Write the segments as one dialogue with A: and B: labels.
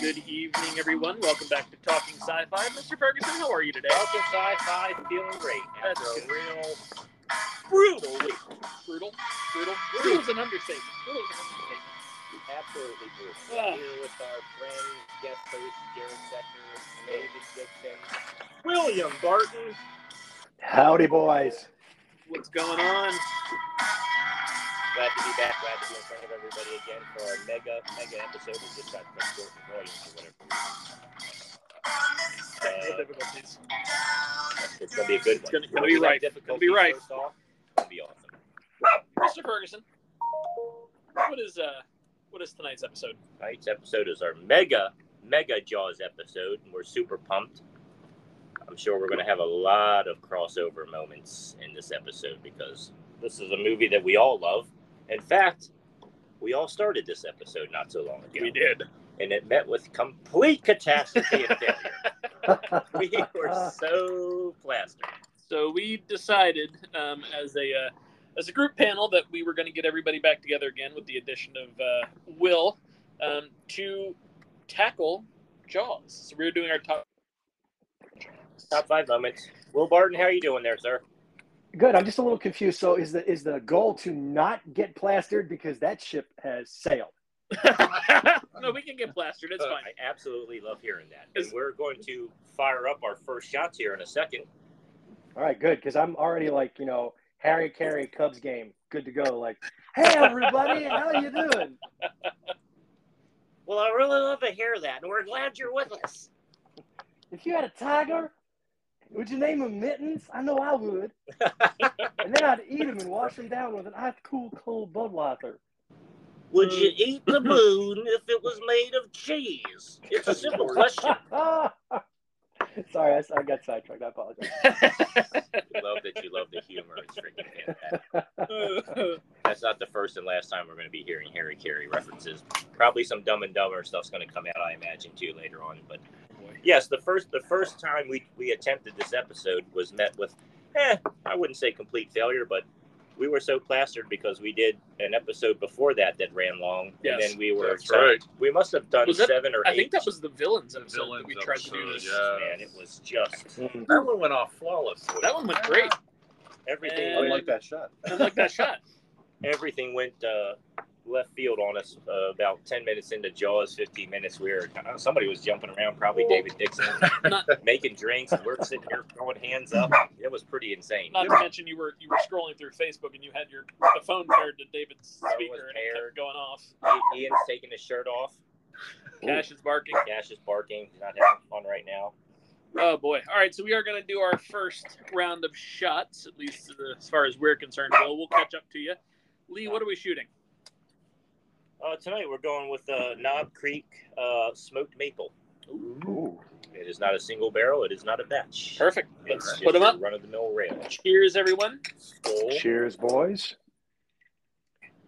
A: Good evening, everyone. Welcome back to Talking Sci-Fi. Mr. Ferguson, how are you today?
B: Talking sci-fi, feeling great
A: That's
B: after a
A: good.
B: real
A: Brutal week. Brutal. Brutal. Brutal is an understatement. Brutal is an understatement.
B: absolutely brutal.
A: Ah.
B: Here with our friend, guest host, Jared Sector, Dave Dixon.
A: William Barton,
C: Howdy, boys.
A: what's going on?
B: Glad to be back. Glad to be in front of everybody again for our mega, mega episode. We just got the short volume or whatever.
A: Technical
B: Uh,
A: difficulties.
B: it's gonna be a good one.
A: It's gonna- gonna be right.
B: Difficult.
A: Gonna be right.
B: First off, gonna be awesome.
A: Mr. Ferguson, what is uh, what is tonight's episode?
B: Tonight's episode is our mega, mega Jaws episode, and we're super pumped. I'm sure we're going to have a lot of crossover moments in this episode because this is a movie that we all love. In fact, we all started this episode not so long ago,
A: did.
B: and it met with complete catastrophe and failure. We were so plastered.
A: So we decided um, as a uh, as a group panel that we were going to get everybody back together again with the addition of uh, Will um, to tackle Jaws. So we were doing our top.
B: Top five moments. Will Barton, how are you doing there, sir?
C: Good. I'm just a little confused. So, is the is the goal to not get plastered because that ship has sailed?
A: no, we can get plastered. It's
B: Uh,
A: fine.
B: I absolutely love hearing that.
A: It's-
B: And we're going to fire up our first shots here in a second.
C: All right, good. Because I'm already like you know Harry Carey Cubs game, good to go. Like, hey everybody, how you doing?
B: Well, I really love to hear that, and we're glad you're with us.
C: If you had a tiger, would you name him Mittens? I know I would. and then I'd eat him and wash him down with an ice cool cold Budweiser.
B: Would you eat the moon if it was made of cheese? It's a simple question.
C: Ah! Sorry, I, I got sidetracked. I apologize.
B: I love that you love the humor. It's freaking fantastic.
A: That's
B: That's not the first and last time we're going to be hearing Harry Carey references. Probably some Dumb and Dumber stuff's going to come out, I imagine, too later on. But yes, the first the first time we we attempted this episode was met with, eh, I wouldn't say complete failure, but we were so plastered because we did an episode before that that ran long,
A: Yes.
B: and then we were
D: That's right.
B: We must have done
A: Was that-
B: seven or
A: I
B: eight.
A: think that was the villains
D: The
A: episode that we
D: villains
A: tried to do
D: episode,
A: this.
D: yeah.
B: man, it was just
D: That one went off flawlessly.
A: That one went great.
B: everything.
A: And-
B: went,
D: that shot.
A: I like that shot.
B: everything went uh, left field on us uh, about ten minutes into Jaws. Fifteen minutes, we were uh, somebody was jumping around, probably
A: Well,
B: David Dixon,
A: Not
B: making drinks, and we're sitting here throwing hands up. It was pretty insane.
A: not to mention you were you were scrolling through Facebook and you had your the phone paired to David's
B: Phone was
A: speaker and it
B: paired.
A: kept going off.
B: I- Ian's taking his shirt off.
A: Cash is barking.
B: Cash is barking. He's not having fun right now.
A: Oh boy! All right, so we are going to do our first round of shots, at least as far as we're concerned. Will we'll catch up to you. Lee, what are we shooting?
B: Uh, tonight we're going with uh, Knob Creek uh, smoked maple.
C: Ooh.
B: It is not a single barrel. It is not a batch.
A: Perfect.
B: It's just
A: Put 'em up.
B: run of the mill ranch.
A: Cheers, everyone.
B: Skull.
C: Cheers, boys.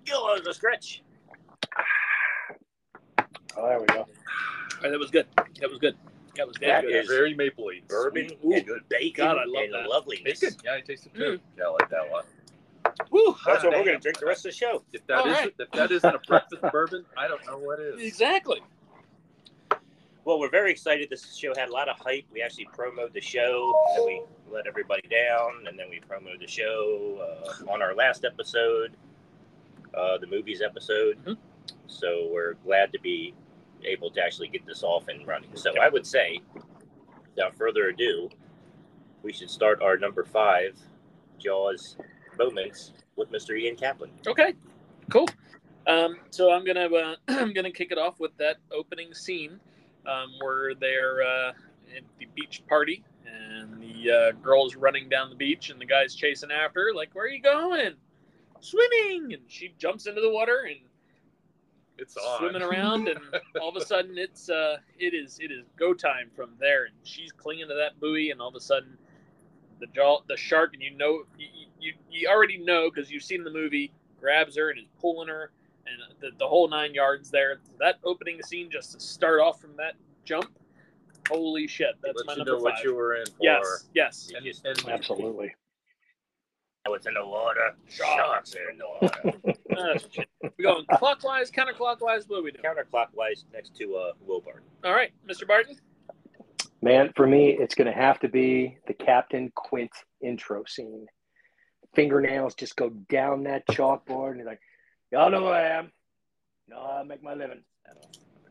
B: Go on the stretch.
C: Oh, there we go.
A: All right, that was good. That was good. That was damn
B: That
A: good.
B: is
D: very mapley.
B: Bourbon
A: Ooh,
B: and bacon
A: God, I love
B: and
A: that.
B: loveliness.
D: Bacon. Yeah, I tasted too.
A: Mm.
D: Yeah, I like that one.
A: Woo!
B: That's what we're
D: Damn.
B: gonna drink the rest of the show.
D: If that
A: All
D: is
A: right.
D: if that isn't a breakfast bourbon, I don't know what is.
A: Exactly.
B: Well, we're very excited. This show had a lot of hype. We actually promoted the show, then we let everybody down, and then we promoted the show uh, on our last episode, uh, the movies episode.
A: Mhm.
B: So we're glad to be able to actually get this off and running. So I would say, without further ado, we should start our number five Jaws moments with Mr. Ian Kaplan.
A: Okay. Cool. Um, so I'm gonna uh, I'm gonna kick it off with that opening scene um, where they're uh, at the beach party and the uh, girl's running down the beach and the guy's chasing after her, like, "Where are you going? Swimming!" And she jumps into the water and
D: It's on.
A: swimming around and all of a sudden it's uh it is it is go time from there and she's clinging to that buoy and all of a sudden the jaw the shark and you know you you, you already know because you've seen the movie grabs her and is pulling her and the, the whole nine yards there that opening scene just to start off from that jump holy shit that's
D: Let
A: my
D: you
A: number
D: know what
A: five
D: you were in for.
A: yes yes
D: And, and
C: Absolutely.
B: What's in the water? Sharks are in the water.
A: Uh, shit. we going clockwise, counterclockwise? What do we do?
B: Counterclockwise next to uh, Wilbur.
A: All right, Mr. Barton.
C: Man, for me, it's going to have to be the Captain Quint intro scene. Fingernails just go down that chalkboard, and he's like, "Y'all know who I am. You know how I make my living."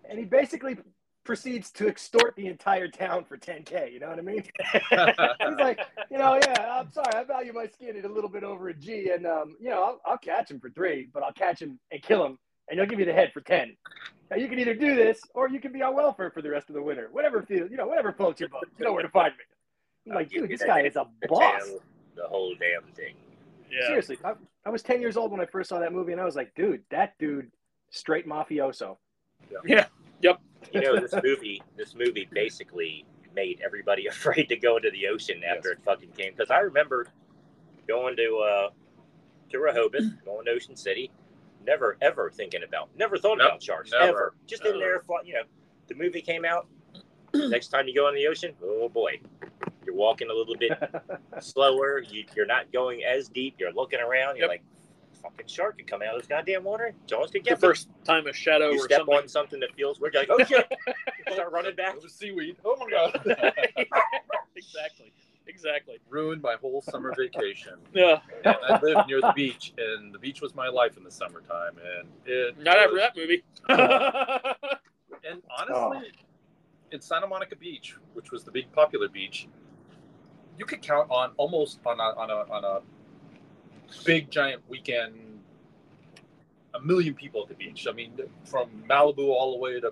C: And he basically proceeds to extort the entire town for 10k. You know what I mean? He's like, you know, yeah, I'm sorry, I value my skin at a little bit over a G, and um, you know, I'll, I'll catch him for three, but I'll catch him and kill him, and he'll give you the head for ten. Now you can either do this, or you can be on welfare for the rest of the winter. Whatever feels, you know, whatever floats your boat. You know where to find me. I'm like, dude, this guy is a
B: The
C: boss.
B: tail, the whole damn thing.
A: Yeah.
C: Seriously, I, I was 10 years old when I first saw that movie, and I was like, dude, that dude, straight mafioso.
B: You know, this movie, this movie basically made everybody afraid to go into the ocean after it fucking came. Because I remember going to uh, to Rehoboth, going to Ocean City, never ever thinking about, never thought
D: Nope,
B: about sharks
D: never,
B: ever. Just in there, fly- you know. The movie came out. Next time you go in the ocean, oh boy, you're walking a little bit slower. You, you're not going as deep. You're looking around. You're
A: Yep.
B: like, fucking shark could come out of this goddamn water. Jaws could
A: The
B: get me."
A: first time a shadow
B: you
A: or
B: step
A: something.
B: on something that feels weird. You're like, oh shit! Start running back.
D: It was seaweed. Oh my god.
A: exactly. Exactly.
D: Ruined my whole summer vacation.
A: Yeah.
D: And I lived near the beach, and the beach was my life in the summertime. And it
A: Not after
D: was-
A: that movie.
D: And honestly, in Santa Monica Beach, which was the big popular beach, you could count on almost on a, on a, on a big giant weekend, a million people at the beach. I mean, from Malibu all the way to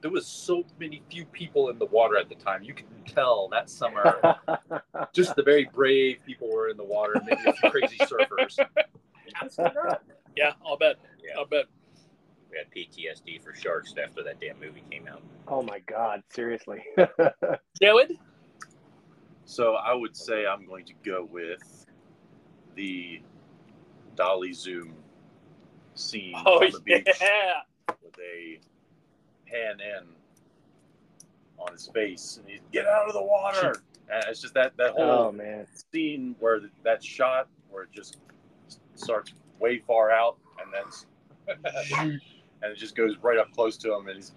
D: there was so many few people in the water at the time. You can tell that summer, just the very brave people were in the water, and maybe a few crazy surfers.
A: yeah, I'll bet.
B: Yeah.
A: I'll bet.
B: We had PTSD for sharks after that damn movie came out.
C: oh my God, seriously.
A: Jared?
D: So I would say I'm going to go with the Dolly Zoom scene
A: Oh,
D: on the
A: yeah.
D: beach with a pan in on his face, and he's get out of the water. And it's just that that
C: oh
D: whole
C: man.
D: scene where th- that shot where it just starts way far out, and then and it just goes right up close to him, and he's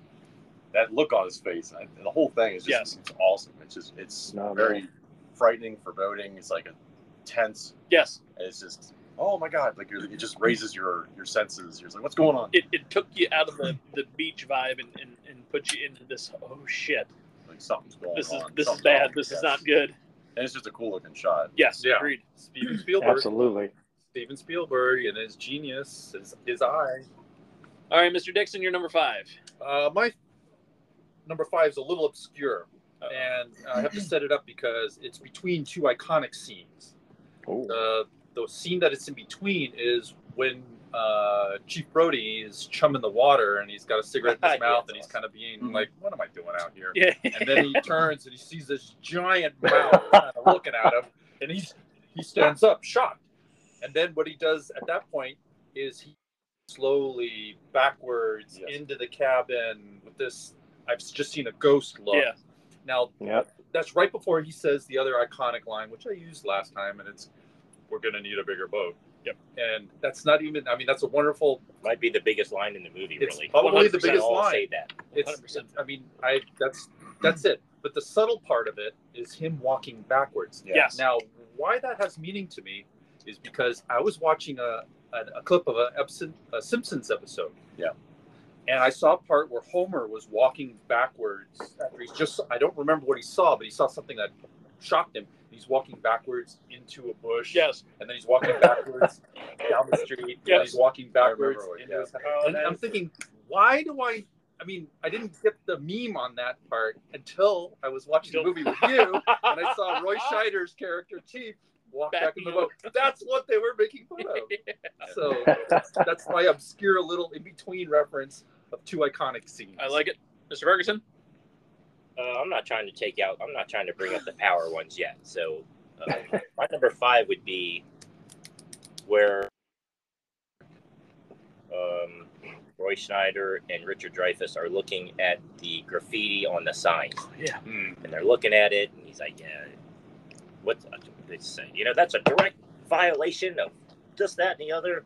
D: that look on his face, and the whole thing is just
A: Yes.
D: it's awesome. It's just it's
C: No,
D: very frightening, foreboding. It's like a tense.
A: Yes.
D: And it's just oh my god, like you're, it just raises your your senses. You're just like, what's going on?
A: It, it took you out of the, the beach vibe and, and, and put you into this oh shit.
D: Like something's going
A: This
D: on.
A: is this is
D: something's
A: bad.
D: wrong.
A: This
D: Yes.
A: is not good.
D: And it's just a cool looking shot.
A: Yes,
D: Yeah.
A: agreed.
D: Steven Spielberg.
C: Absolutely.
D: Steven Spielberg and his genius, his, his eye.
A: All right, Mr. Dixon, you're number five.
D: Uh, my number five is a little obscure, and I have to set it up because it's between two iconic scenes.
C: Oh.
D: The the scene that it's in between is when uh, Chief Brody is chumming the water, and he's got a cigarette in
B: Yeah,
D: his mouth, and
B: that's
D: he's
B: awesome.
D: kind of being like, "What am I doing out here?"
A: Yeah.
D: And then he turns and he sees this giant mouth kind of looking at him, and he's he stands up shocked. And then what he does at that point is he slowly backwards
B: Yes.
D: into the cabin with this. I've just seen a ghost look.
A: Yeah.
D: Now
C: Yep.
D: that's right before he says the other iconic line, which I used last time, and it's "We're gonna need a bigger boat."
A: Yep.
D: And that's not even. I mean, that's a wonderful.
B: Might be the biggest line in the movie,
D: It's
B: really.
D: probably the
B: 100%
D: biggest
B: all
D: line.
B: Say that.
D: It's.
A: 100%.
D: I mean, I. That's that's it. But the subtle part of it is him walking backwards.
A: Yes.
D: Now, why that has meaning to me is because I was watching a, a, a clip of a, Epson, a Simpsons episode.
B: Yeah.
D: And I saw a part where Homer was walking backwards. After he's just, I don't remember what he saw, but he saw something that shocked him. He's walking backwards into a bush.
A: Yes.
D: And then he's walking backwards down the street. Yeah.
A: Yes.
D: He's walking backwards.
B: what-
D: into
B: yeah.
D: his- and I'm thinking, why do I? I mean, I didn't get the meme on that part until I was watching the
A: Don't-
D: movie with you and I saw Roy Scheider's character Chief walk back, in the boat. That's what they were making fun of. So that's my obscure little in between reference of two iconic scenes.
A: I like it. Mr. Ferguson?
B: Uh, I'm not trying to take out. I'm not trying to bring up the power ones yet. So uh, my number five would be where um, Roy Schneider and Richard Dreyfuss are looking at the graffiti on the sign,
A: Yeah.
B: and they're looking at it, and he's like, "Yeah, what? they say, you know, that's a direct violation of this, that, and the other.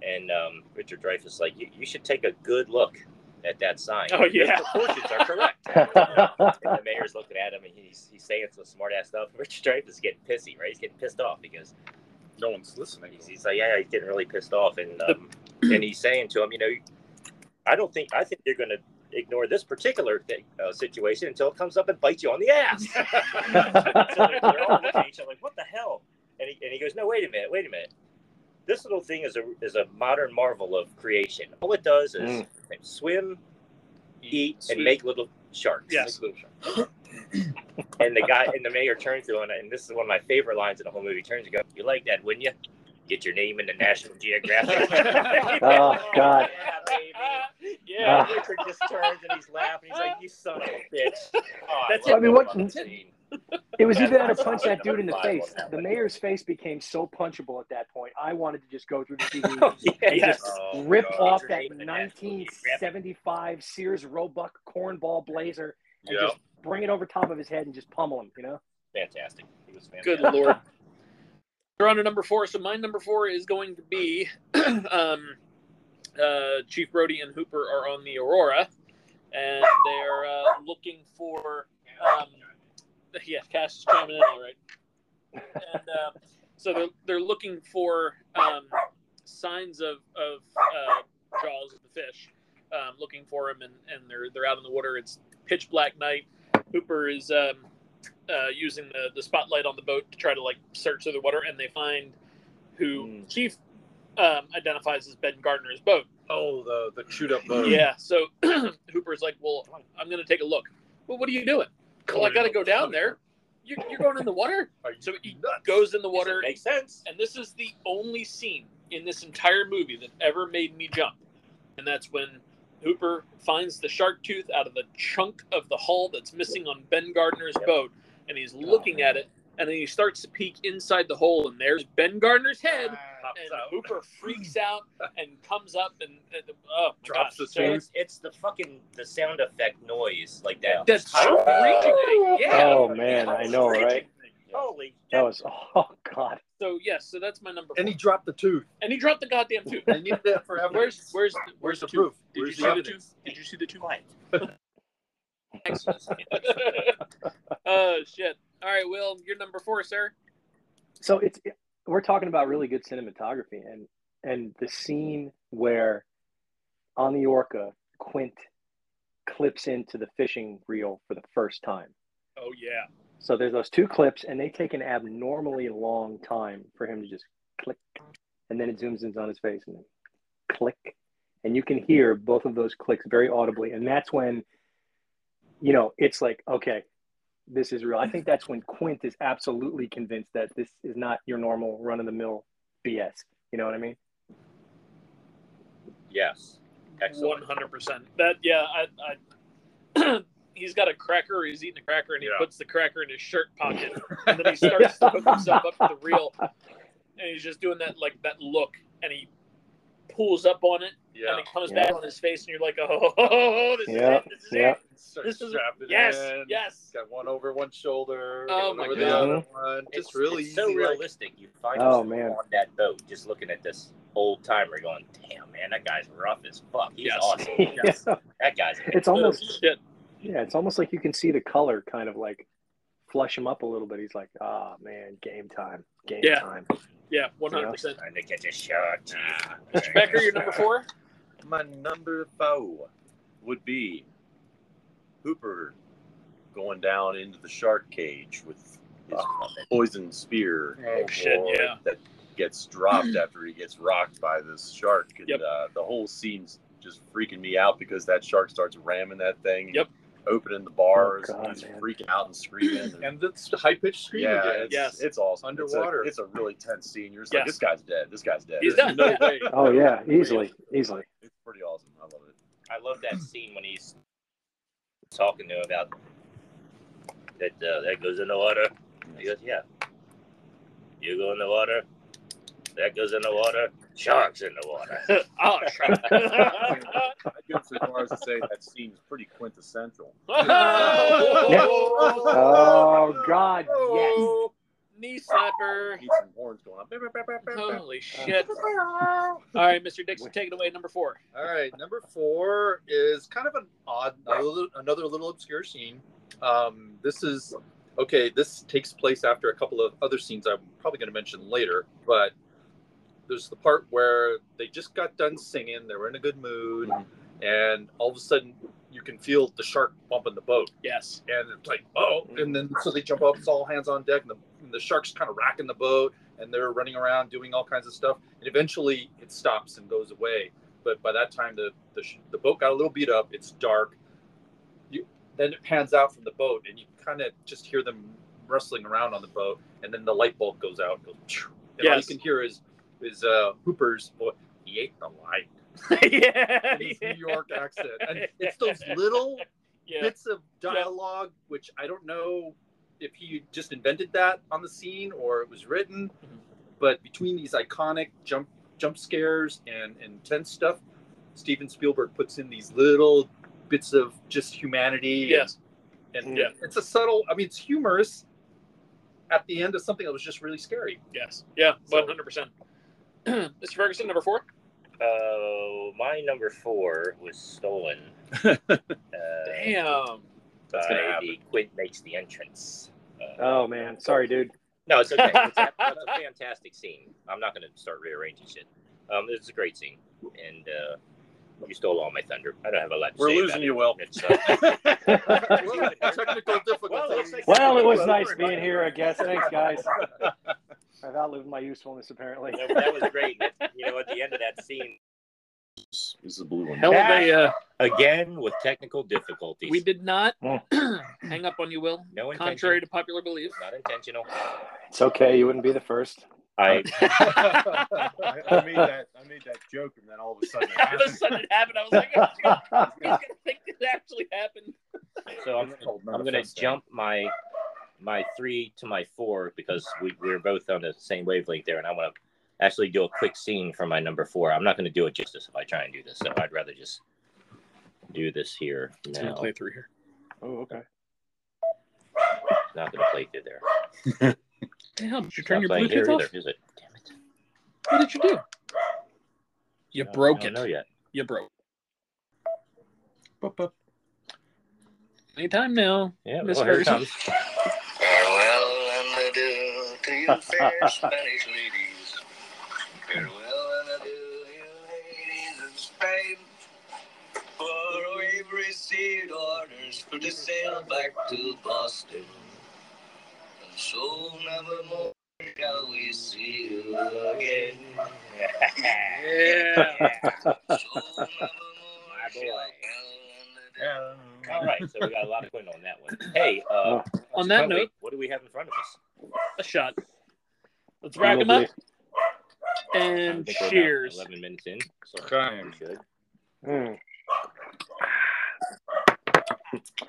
B: And um, Richard Dreyfuss like, you, you should take a good look at that sign.
A: Oh, yeah.
B: The proportions are correct. And the mayor's looking at him and he's, he's saying some smart ass stuff. Richard Dreyfuss is getting pissy, right? He's getting pissed off because
D: No one's listening.
B: He's, he's like, yeah, he's getting really pissed off, and um, and he's saying to him, you know, I don't think I think you're going to ignore this particular thing, uh, situation until it comes up and bites you on the ass. so they're, they're all looking at each other like, what the hell? And he, and he goes, no, wait a minute, wait a minute. This little thing is a is a modern marvel of creation. All it does is
C: Mm.
B: swim, eat,
A: Swim.
B: and make little sharks.
A: Yes.
B: and the guy and the mayor turns to him, and this is one of my favorite lines in the whole movie. Turns to go, "You like that, wouldn't you? Get your name in the National Geographic."
C: Oh, God. Ah.
B: Yeah, baby.
A: yeah.
B: And Richard just turns and he's laughing. He's like, "You son of a bitch." Oh,
A: That's
B: love
C: it. I mean, what-
B: that scene.
C: It was
B: Yeah,
C: either that or
B: that's
C: punch
B: probably
C: that dude in the
B: number five
C: face.
B: on that
C: The
B: one.
C: mayor's face became so punchable at that point. I wanted to just go through the TV,
B: Oh, yeah.
A: Yes.
B: Oh,
C: rip
B: God.
C: off
B: Your
C: that
B: name in the National Geographic.
C: 1975 Sears Roebuck cornball blazer and
D: Yeah.
C: just bring it over top of his head and just pummel him. You know,
B: Fantastic. He was fantastic.
A: Good lord. You're on to number four. So my number four is going to be um, uh, Chief Brody and Hooper are on the Aurora, and they're uh, looking for. Um, yeah, Cash is chiming in all right. And uh, so they're, they're looking for um, signs of, of uh, jaws of the fish, um, looking for him, and, and they're they're out in the water. It's pitch black night. Hooper is um, uh, using the, the spotlight on the boat to try to like search through the water, and they find who
B: Mm.
A: Chief um, identifies as Ben Gardner's boat.
D: Oh, the the chewed up bone.
A: Yeah, so Hooper's like, "Well, I'm going to take a look." Well, what are you doing? Well, I got to go down there. You're, you're going in the water.
D: Are you
A: So he
D: nuts?
A: Goes in the
B: Does it
A: water,
B: make sense.
A: and this is the only scene in this entire movie that ever made me jump, and that's when Hooper finds the shark tooth out of the chunk of the hull that's missing on Ben Gardner's
B: Yep.
A: boat, and he's looking at it, and then he starts to peek inside the hole, and there's Ben Gardner's head.
D: Pops
A: And
D: out.
A: Hooper freaks out and comes up and, and oh my
D: Drops
A: gosh.
D: the
A: So-
B: And it's, it's the fucking the sound effect noise like that.
A: That's
B: How-
A: true.
B: Yeah.
C: Oh, man, I know, right?
B: Holy
C: that was oh god.
A: So yes, so that's my number. Four.
D: And he dropped the tooth.
A: and he dropped the goddamn tooth.
D: I needed that forever.
A: Where's where's the, where's
D: Where's the
A: the
D: proof?
A: tooth? Did
D: Where's
A: you see
D: the
A: the
D: evidence?
A: tooth? Did you see the tooth?
B: quiet.
A: oh shit! All right, Will, you're number four, sir.
C: So it's we're talking about really good cinematography and and the scene where on the Orca Quint clips into the fishing reel for the first time.
A: Oh yeah.
C: So there's those two clips, and they take an abnormally long time for him to just click, and then it zooms in on his face and then click, and you can hear both of those clicks very audibly, and that's when, you know, it's like okay, this is real. I think that's when Quint is absolutely convinced that this is not your normal run of the mill BS. You know what I mean?
B: Yes.
A: One
B: Excellent.
A: hundred percent. That yeah, I, I he's got a cracker. He's eating a cracker, and he
D: Yeah.
A: puts the cracker in his shirt pocket, and then he starts to hook himself up to the reel, and he's just doing that like that look, and he pulls up on it,
D: Yeah.
A: and it comes
C: Yeah.
A: back on his face, and you're like, oh, this
C: Yeah.
A: is it. This is
C: Yeah.
A: it. This is- Yes, yes.
D: Got one over one shoulder.
A: Oh,
D: one
A: my
D: over
A: God.
D: The other one.
B: It's,
D: Just really
B: it's so
D: easy, like-
B: realistic. You find
C: Oh,
B: yourself
C: man.
B: on that boat just looking at this old timer going, damn, man, that guy's rough as fuck. He's
A: Yes.
B: awesome. That guy's
C: It's almost
A: Oh, shit.
C: Yeah, it's almost like you can see the color kind of like flush him up a little bit. He's like, ah, man, game time, game
A: Yeah.
C: time.
A: Yeah, one hundred percent.
B: trying to get a shot.
A: Mr. Becker, you're number four.
D: My number four would be Hooper going down into the shark cage with his poison spear.
A: Oh, shit,
D: boy,
A: yeah.
D: That gets dropped after he gets rocked by this shark. And
A: Yep.
D: uh, the whole scene's just freaking me out because that shark starts ramming that thing.
A: Yep.
D: Opening the bars,
C: Oh, God,
D: and he's
C: man.
D: freaking out and screaming. And,
E: And that's high pitched scream
D: yeah,
E: again.
D: it's,
A: Yes.
D: it's awesome. It's a-
E: Underwater.
D: It's a, really tense scene. You're just
A: Yes.
D: like, this guy's dead. This guy's dead.
A: He's
D: There's
A: done.
D: no
E: way.
C: Oh yeah, easily, easily.
D: It's pretty awesome. I love it.
B: I love that scene when he's talking to him about that. Uh, that goes in the water. He goes, "Yeah, you go in the water. That goes in the water. Sharks in the water."
A: oh, shit.
D: I'd go so far as to say that scene is pretty
A: Oh,
D: quintessential. Oh,
C: Oh God, Oh, yes.
A: knee slapper.
D: Need some horns going on. Beep, beep, beep, beep, beep,
A: Holy
C: Uh,
A: shit. All right, Mr. Dixon, take it away. Number four.
D: All right, number four is kind of an odd, another little- another little obscure scene. Um, this is okay. This takes place after a couple of other scenes I'm probably going to mention later, but there's the part where they just got done singing, they were in a good mood, and all of a sudden you can feel the shark bumping the boat,
A: Yes.
D: and it's like, oh, and then so they jump up, it's all hands on deck, and the, and the shark's kind of racking the boat, and they're running around doing all kinds of stuff, and eventually it stops and goes away but by that time the the, sh- the boat got a little beat up it's dark you, then it pans out from the boat and you kind of just hear them wrestling around on the boat and then the light bulb goes out goes, phew, and all you
A: Yes.
D: can hear is is uh, hooper's voice he ate the light
A: yeah.
D: in his new york accent and it's those little
A: Yeah.
D: bits of dialogue which i don't know if he just invented that on the scene or it was written
A: Mhm.
D: but between these iconic jump jump scares and intense stuff steven spielberg puts in these little bits of just humanity
A: Yes.
D: and, and
A: Yeah.
D: it's a subtle i mean it's humorous at the end of something that was just really scary
A: Yes. Yeah.
D: So-
A: One hundred percent. Mr. Ferguson, number four.
B: Uh, my number four was stolen. uh,
A: Damn.
D: gonna
B: by
D: happen.
B: the Quint makes the entrance. Uh,
C: Oh man, sorry, dude.
B: No, it's okay. It's a, it's a fantastic scene. I'm not going to start rearranging shit. Um, it's a great scene, and uh, you stole all my thunder. I don't have a lot to
D: we're
B: say about
D: losing
B: it.
D: you will
B: It's, uh,
D: technical
B: Well, it looks
D: difficulties
B: like-
C: Well, it was nice being here, I guess. Thanks, guys. I've outlived my usefulness apparently.
B: that, that was great. That- you know, at the end of that scene,
E: This is a blue one.
A: Hell of a. Uh,
B: again with technical difficulties.
A: we did not
C: Mm.
A: hang up on you, Will.
B: No intention.
A: Contrary to popular belief.
B: Not intentional.
C: It's okay. You wouldn't be the first.
A: Uh,
B: I
E: I, I made that. I made that joke, and then all of a sudden, it
A: All of a
E: happened.
A: sudden, it happened. I was like, oh, God, I was gonna think it actually happened.
B: so I'm, I'm going to jump my my three to my four because we, we're both on the same wavelength there, and I want to actually do a quick scene for my number four. I'm not going to do it justice if I try and do this, so I'd rather just do this here now.
A: through here.
C: Oh, okay.
B: Not going to play through there.
A: Damn! Did you
B: Not
A: turn your
B: playing here
A: Bluetooth off?
B: either, is it? Damn it!
A: What did you do? You
B: No,
A: broke
B: I don't
A: it.
B: know yet.
A: You broke. Anytime now.
B: Yeah,
A: Miss
B: well, Oh, here it
A: Ferguson.
B: comes.
F: Farewell and adieu to you fair Spanish ladies. Farewell and adieu, you ladies of Spain. For we've received orders for to sail back to Boston. And so nevermore shall we see you again.
A: Yeah.
F: So nevermore
B: My boy.
F: shall farewell and
B: All right, so we got a lot of going on that one. Hey, uh,
A: On that
B: Jacoby,
A: note-
B: what do we have in front of us?
A: a shot. Let's wrap him up
B: I
A: and
B: think we're about
A: cheers.
B: Eleven minutes in. So
E: Okay.
B: we should.
C: Mm.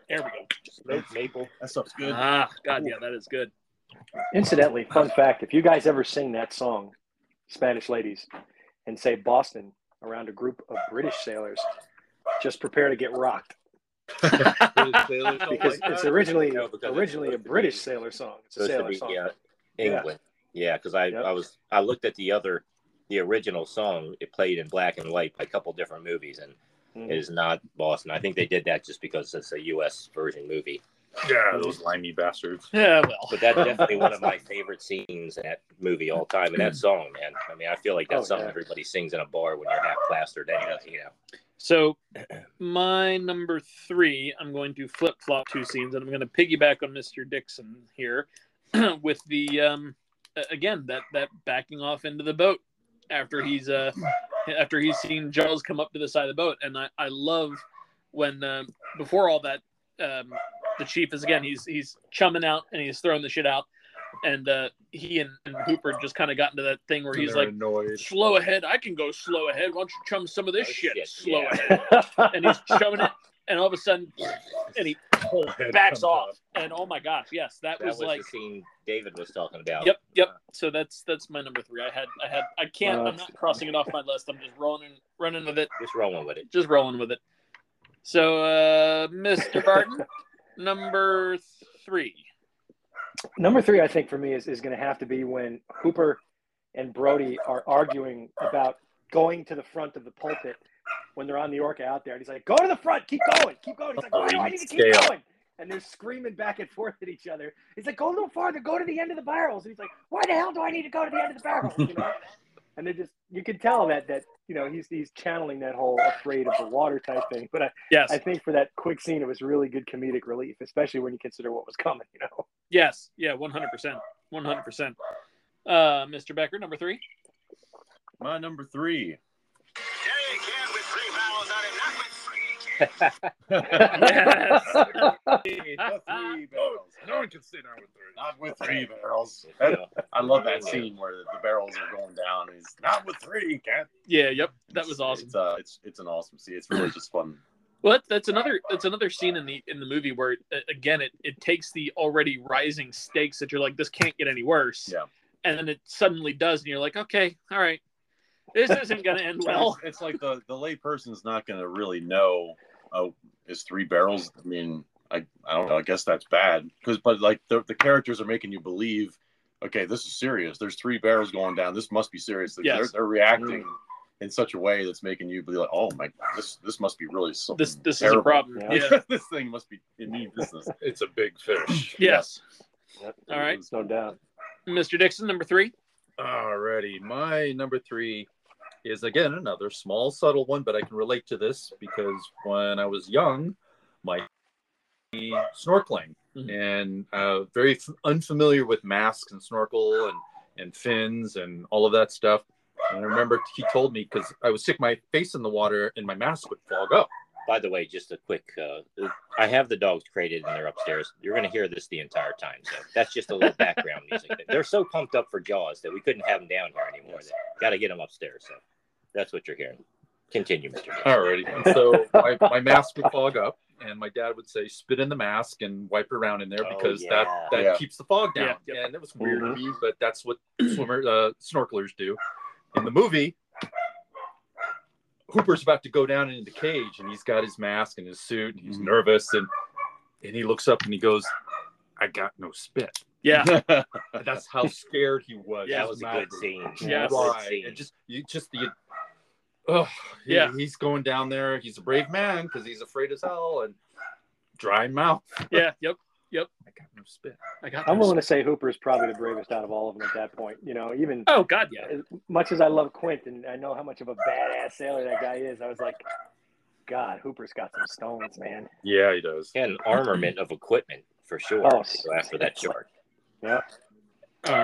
A: There we go.
B: Smoked maple.
E: That stuff's good.
A: Ah, God, yeah, that is good.
C: Incidentally, fun fact: if you guys ever sing that song, Spanish ladies, and say Boston around a group of British sailors, just prepare to get rocked because it's originally
B: No, because it's
C: originally a
B: supposed to be-
C: British sailor song. It's a
B: supposed to
C: sailor
B: be
C: song.
B: yeah, England. Yeah, because I,
C: Yep.
B: I was I looked at the other the original song. It played in black and white by a couple different movies, and
C: Mhm.
B: it is not Boston. I think they did that just because it's a U.S. version movie.
E: Yeah, those limey bastards.
A: Yeah, well.
B: But that's definitely one of my favorite scenes in that movie all time, and that song, man. I mean, I feel like that's
C: Oh,
B: something
C: yeah.
B: everybody sings in a bar when you're half plastered. Anyway, you know.
A: So, my number three, I'm going to flip flop two scenes, and I'm going to piggyback on Mr. Dixon here with the um, a- again that that backing off into the boat after he's uh after he's seen Charles come up to the side of the boat, and I I love when um, before all that um, the chief is again he's he's chumming out and he's throwing the shit out, and uh, he and, and Hooper just kind of got into that thing where he's like
D: annoyed
A: slow ahead. I can go slow ahead. Why don't you chum some of this
B: Oh,
A: shit,
B: shit,
A: slow
B: yeah.
A: ahead? And he's chumming it, and all of a sudden, and he backs off. And oh my gosh, yes, that,
B: That
A: was,
B: was,
A: like,
B: the scene David was talking about.
A: yep, yep. So that's that's my number three. I had, I had, I can't. I'm not crossing it off my list. I'm just rolling, running with it,
B: Just rolling with it.
A: just rolling with it. So, uh, Mr. Barton, number three.
C: number three, I think for me is, is going to have to be when Hooper and Brody are arguing about going to the front of the pulpit when they're on the orca out there, and he's like, "Go to the front, keep going, keep going." He's like, "Why do I need to keep
D: Scale.
C: going?" And they're screaming back and forth at each other. He's like, "Go a little farther, go to the end of the barrels." And he's like, "Why the hell do I need to go to the end of the barrels?" You know? and they just you can tell that that you know he's he's channeling that whole afraid of the water type thing. But I,
A: Yes.
C: I think for that quick scene, it was really good comedic relief, especially when you consider what was coming. You know.
A: Yes. Yeah. One hundred percent. One hundred percent. Uh, Mr. Becker, number three.
E: My number three.
F: Jerry can with three vowels on it, not with three cans.
A: Yes.
E: The three barrels.
D: No one can sit down with three.
E: Not with three barrels. That- I love that scene where the barrels are going down. It's not with three, cat.
A: yeah. Yep. That
E: It's-
A: was awesome.
E: It's, uh, it's it's an awesome scene. It's really just fun.
A: Well, that's, that's another that's another scene in the in the movie where uh, again it, it takes the already rising stakes that you're like this can't get any worse.
E: Yeah.
A: And then it suddenly does, and you're like, okay, all right, this isn't gonna end well.
E: it's, it's like the the lay person's not going to really know. Oh, is three barrels? I mean, I I don't know. I guess that's bad because but like the the characters are making you believe. Okay, this is serious. There's three barrels going down. This must be serious.
A: Yes.
E: They're, they're reacting in such a way that's making you be like, oh my, this this must be really something.
A: This this is a
E: terrible.
A: problem.
C: Yeah.
A: Yeah.
E: this thing must be in need business.
D: It's a big fish.
A: Yes.
C: All
A: All right.
C: No doubt.
A: Mr. Dixon, number three.
D: Alrighty, my number three is again another small, subtle one, but I can relate to this because when I was young, my snorkeling
A: Mhm.
D: and uh, very f- unfamiliar with masks and snorkel and and fins and all of that stuff. And I remember he told me because I would stick my face in the water and my mask would fog up.
B: By the way, just a quick. Uh, I have the dogs crated and they're upstairs. You're going to hear this the entire time. So that's just a little background music. They're so pumped up for Jaws that we couldn't have them down here anymore. Got to get them upstairs. So that's what you're hearing. Continue, Mr. Dixon.
D: Alrighty. And so my, my mask would fog up, and my dad would say, "Spit in the mask and wipe around in there
B: Oh,
D: because
B: yeah.
D: that that
E: Yeah.
D: keeps the fog down."
A: Yeah,
D: And it was weird to me, but that's what swimmer uh, snorkelers do. In the movie, Hooper's about to go down into the cage, and he's got his mask and his suit, and he's
E: Mhm.
D: nervous, and and he looks up and he goes, "I got no spit."
A: Yeah.
D: And that's how scared he was.
A: Yeah,
B: that
D: His
B: was a
D: mouth
B: good scene.
A: Yeah.
B: That was a
D: Right.
B: good scene.
D: And just you just the oh
A: Yeah.
D: yeah, he's going down there. He's a brave man because he's afraid as hell and dry mouth.
A: Yeah. Yep.
D: I got no spit.
A: I got.
C: I'm
A: this.
C: willing to say Hooper is probably the bravest out of all of them at that point. You know, even
A: Oh God, yeah.
C: as much as I love Quint and I know how much of a badass sailor that guy is, I was like, God, Hooper's got some stones, man.
D: Yeah, he does.
B: an armament of equipment for sure.
C: Oh,
B: so after that shark.
A: All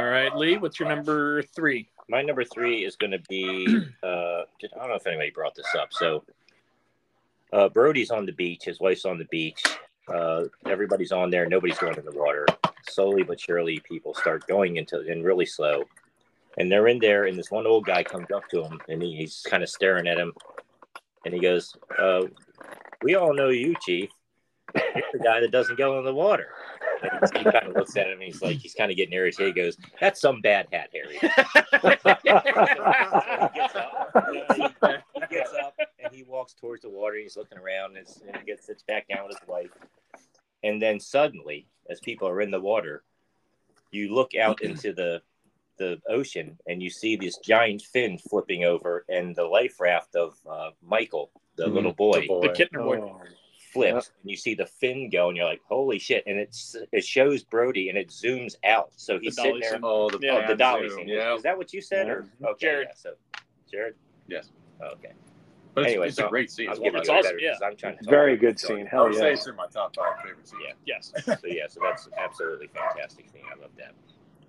A: right, Lee, what's your number three?
B: My number three is going to be. Uh, did- I don't know if anybody brought this up. So, uh, Brody's on the beach. His wife's on the beach. Uh, everybody's on there. Nobody's going in the water. Slowly but surely, people start going into and really slow. And they're in there, and this one old guy comes up to him, and he, he's kind of staring at him, and he goes, uh, "We all know you, Chief. You're the guy that doesn't go in the water." And he kind of looks at him, and he's like, he's kind of getting irritated. He goes, "That's some bad hat, Harry." he gets up. He gets up and he walks towards the water. He's looking around and, and he gets sits back down with his wife. And then suddenly, as people are in the water, you look out into the the ocean and you see this giant fin flipping over, and the life raft of uh, Michael, the
E: Mhm.
B: little boy,
A: The Kittner boy.
C: Oh,
B: flips, and you see the fin go, and you're like, "Holy shit!" And it's it shows Brody, and it zooms out, so he's sitting
A: dolly
B: there
A: scene.
D: Oh, the,
A: Yeah,
B: Oh, the dolly
D: zoom,
B: scene.
D: Yeah.
B: Is that what you said? Or okay,
A: Jared.
B: yeah, so Jared.
E: Yes.
B: Okay.
E: But it's,
B: Anyway,
E: it's
B: so
E: a great scene.
B: I'll
E: It's
B: give
E: one
B: you
E: of
A: That's
E: my
B: guys
A: awesome,
B: better
A: yeah.
B: 'cause I'm trying to talk
C: very
B: about
C: good
B: it, so-
C: scene.
E: I
C: Hell
E: would say
C: yeah.
E: it's in my top five favorite scenes.
B: Yeah.
A: Yes.
B: So yeah, so that's absolutely fantastic thing. I love that.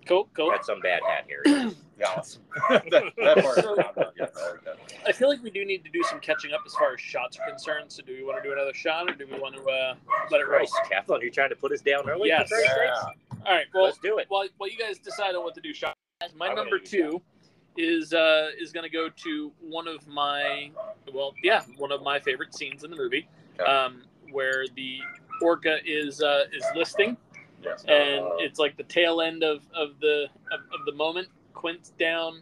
A: Cool. Cool.
B: That's some bad hat here.
E: Yeah, awesome. that, that part.
A: So-
E: I'm not getting over that.
A: I feel like we do need to do some catching up as far as shots are concerned. So, do we want to do another shot, or do we want to uh, let it
B: Christ,
A: race?
B: Kaplan, you're trying to put us down early.
A: Yes.
B: For Christ's
E: Yeah.
B: sakes?
A: All right. Well,
B: Let's do it.
A: while, while you guys decide on what to do, shot. My
B: I'm gonna
A: number
B: do
A: two is uh, is going to go to one of my well, yeah, one of my favorite scenes in the movie,
E: Okay.
A: um, where the orca is uh, is listing.
E: Yes.
A: and
E: Uh,
A: it's like the tail end of of the of, of the moment. Quint's down.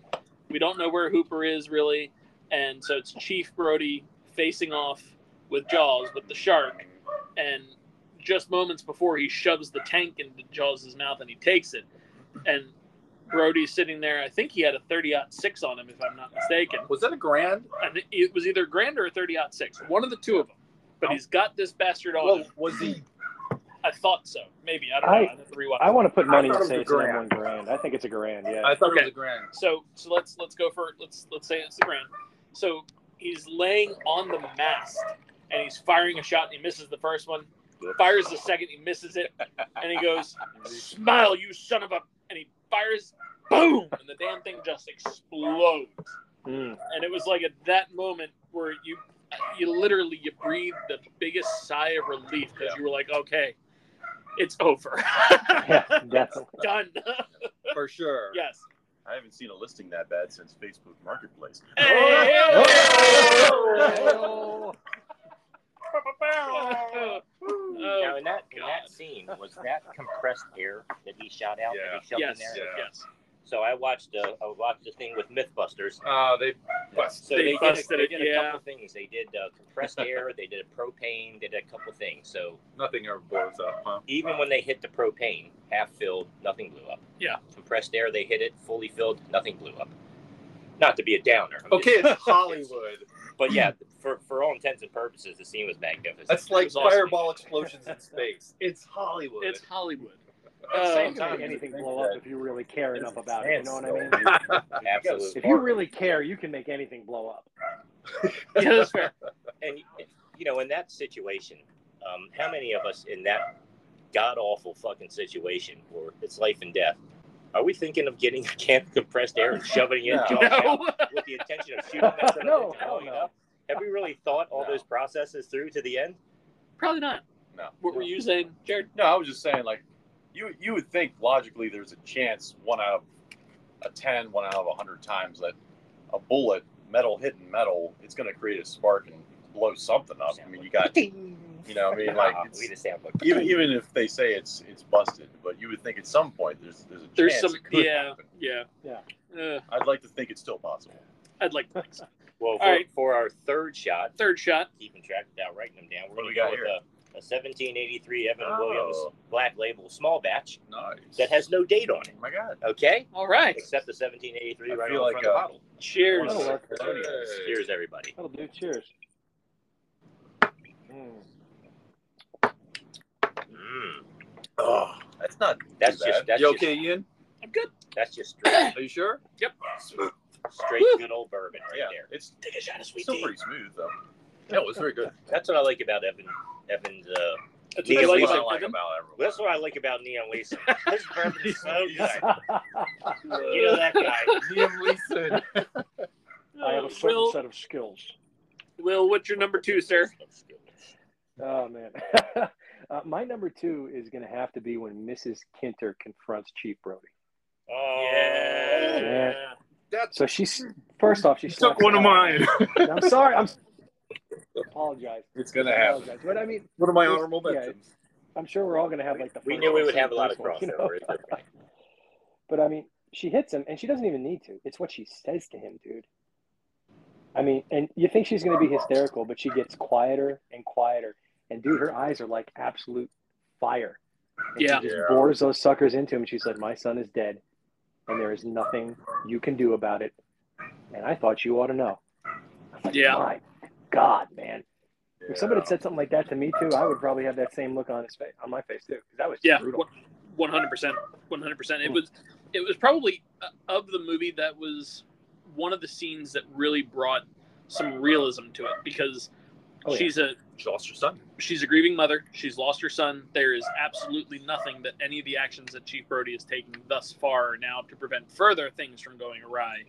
A: We don't know where Hooper is really, and so it's Chief Brody facing off with Jaws with the shark, and just moments before he shoves the tank into Jaws' mouth and he takes it. And Brody's sitting there. I think he had a 30 six on him, if I'm not mistaken.
D: Was that a grand?
A: And it- it was either Grand or a 30 six, one of the two of them. But he's got this bastard on.
D: Well,
A: him.
D: was he?
A: I thought so. Maybe I don't know.
C: I-
A: I have to rewatch.
C: I want to put money
D: I thought
C: to
D: it
C: say
D: was
C: it's
D: a
C: an M1
D: grand.
C: grand. I think it's a grand. Yeah.
D: I thought it
A: Okay.
D: was a grand.
A: So so let's let's go for let's let's say it's the ground. So he's laying on the mast and he's firing a shot and he misses the first one,
E: Uh,
A: fires the second, he misses it, and he goes, Smile, you son of a and he fires boom and the damn thing just explodes.
C: Mm.
A: And it was like at that moment where you you literally you breathed the biggest sigh of relief because you were like, Okay, it's over.
C: yeah, definitely.
A: Done.
D: For sure.
A: yes.
E: I haven't seen a listing that bad since Facebook Marketplace.
A: Oh,
B: now in that in
A: God.
B: that scene was that compressed air that he shot out that he shoved
A: yes,
B: in there.
D: Yeah.
A: yes.
B: So I watched uh, I watched a thing with MythBusters.
D: Uh, they bust.
B: So
A: They
B: they, did,
A: busted
B: a, they
A: it,
B: did
A: yeah.
B: a couple things. They did uh, compressed air. They did a propane. They did a couple things. So
D: Nothing ever blows up, huh?
B: even when they hit the propane, half filled, nothing blew up.
A: Yeah.
B: Compressed air, they hit it fully filled, nothing blew up. Not to be a downer. I'm
D: Okay,
B: just-
D: it's Hollywood.
B: but yeah, for for all intents and purposes, the scene was magnificent.
D: That's like
A: It's awesome.
D: fireball explosions in space. It's Hollywood.
A: It's Hollywood.
B: the
A: Uh,
B: same
C: You can make
B: time,
C: anything blow up if you really care enough about it. You know what I mean?
B: absolutely.
C: If you really care, you can make anything blow up.
A: yeah, that's fair.
B: and you know, in that situation, um, how many of us in that god awful fucking situation where it's life and death, are we thinking of getting a can of compressed air and shoving it in
D: No.
B: John's mouth
A: No.
B: with the intention of shooting that son
C: No,
B: of a bitch and
C: hell
B: blowing it
C: no.
B: up? Have we really thought all
D: No.
B: those processes through to the end?
A: Probably not.
E: No.
A: What were you saying, Jared?
E: No, I was just saying, like, you you would think logically there's a chance one out of a ten, one out of a hundred times that a bullet, metal hitting metal, it's going to create a spark and blow something up. I mean, you got, you know, I mean, like,
B: Nah,
E: it's,
B: we just have like
E: even even if they say it's it's busted, but you would think at some point there's there's a
A: There's
E: chance
A: some.
E: it could
A: Yeah,
E: happen.
A: yeah,
C: Yeah.
A: Uh,
E: I'd like to think it's still possible.
A: I'd like to think so.
B: well for,
A: All right.
B: for our third shot,
A: Third shot.
B: keeping track without writing them down. We're
E: What
B: going to
E: do we
B: go
E: got
B: with
E: here?
B: a, a 1783 Evan
E: Oh.
B: Williams Black Label Small Batch
E: Nice.
B: that has no date on it.
E: Oh my God.
B: Okay,
A: All right.
B: except the 1783
E: I
B: right on
E: feel
B: the
E: like,
B: front of the
E: uh,
B: bottle.
A: Cheers.
C: That'll work.
B: Cheers, everybody.
C: That'll do. Cheers. Mm.
B: Mm.
E: Oh, that's not.
B: That's
E: Too
B: just
E: bad.
B: that's
D: you
B: just
D: okay, Ian?
A: I'm good.
B: that's just straight,
D: Are you sure?
B: straight
A: Woo.
B: good old bourbon right
E: Yeah,
B: there.
E: it's
B: Take a shot of sweet
E: still
B: tea.
E: pretty smooth though.
D: No, it was very good.
B: That's what I like about Evan Evan's. Uh,
A: That's
B: Yeah,
A: what I
E: That's
A: like about
E: what I like
A: Evan.
E: about everyone.
B: that's what I like about Neon Lisa. His bourbon's so good. You know that
D: Liam
B: guy.
D: Leeson.
C: I have
A: Uh,
C: a certain
A: Will,
C: set of skills.
A: Will, what's your number two, sir?
C: Oh man, uh, my number two is going to have to be when Mrs. Kinter confronts Chief Brody.
B: Oh,
A: Yeah.
C: So she's first off, she slaps the hell out him. I'm sorry. I'm apologize.
D: It's gonna happen.
C: apologize. But I mean,
D: One of my
C: Yeah,
D: honorable
C: it's-
D: mentions.
C: I'm sure we're all going to have like the.
B: We
C: first
B: knew we
C: or
B: would have a
C: second
B: lot of
C: place
B: crossover.
C: one, you know?
B: It's okay.
C: But I mean, she hits him, and she doesn't even need to. It's what she says to him, dude. I mean, and you think she's going to be hysterical, but she gets quieter and quieter, and dude, her eyes are like absolute fire. And
A: Yeah.
C: she just
D: Yeah.
C: bores those suckers into him. and She's like, "My son is dead, and there is nothing you can do about it." And I thought you ought to know. I was like,
A: Yeah.
C: My God, man. If somebody
E: Yeah.
C: had said something like that to me too, I would probably have that same look on his face, on my face too, because that was
A: Yeah,
C: brutal.
A: one hundred percent, one hundred percent. It was, it was probably uh, of the movie that was one of the scenes that really brought some realism to it because
C: Oh, yeah.
A: she's a
D: She lost her son.
A: she's a grieving mother. She's lost her son. There is absolutely nothing that any of the actions that Chief Brody has taken thus far are now to prevent further things from going awry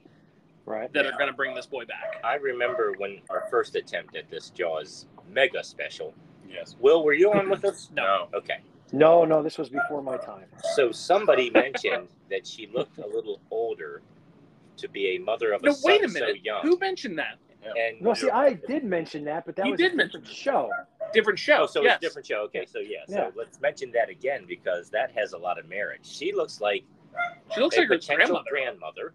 C: right?
A: that are going to bring this boy back.
B: I remember when our first attempt at this Jaws mega special.
E: Yes.
B: Will, were you on with us?
A: No.
B: Okay.
C: No, no, this was before my time.
B: So somebody mentioned that she looked a little older to be a mother of a
A: No,
B: son
A: wait a minute.
B: so young.
A: Who mentioned that?
B: and
C: No, see, I did mention that, but that
A: You
C: was a
A: did mention
C: different show.
A: Different show.
B: Oh, so
A: yes.
B: it's a different show. Okay, so yeah, so
C: Yeah.
B: let's mention that again because that has a lot of merit. She looks like
A: She looks
B: a
A: like her
B: potential
A: grandmother.
B: grandmother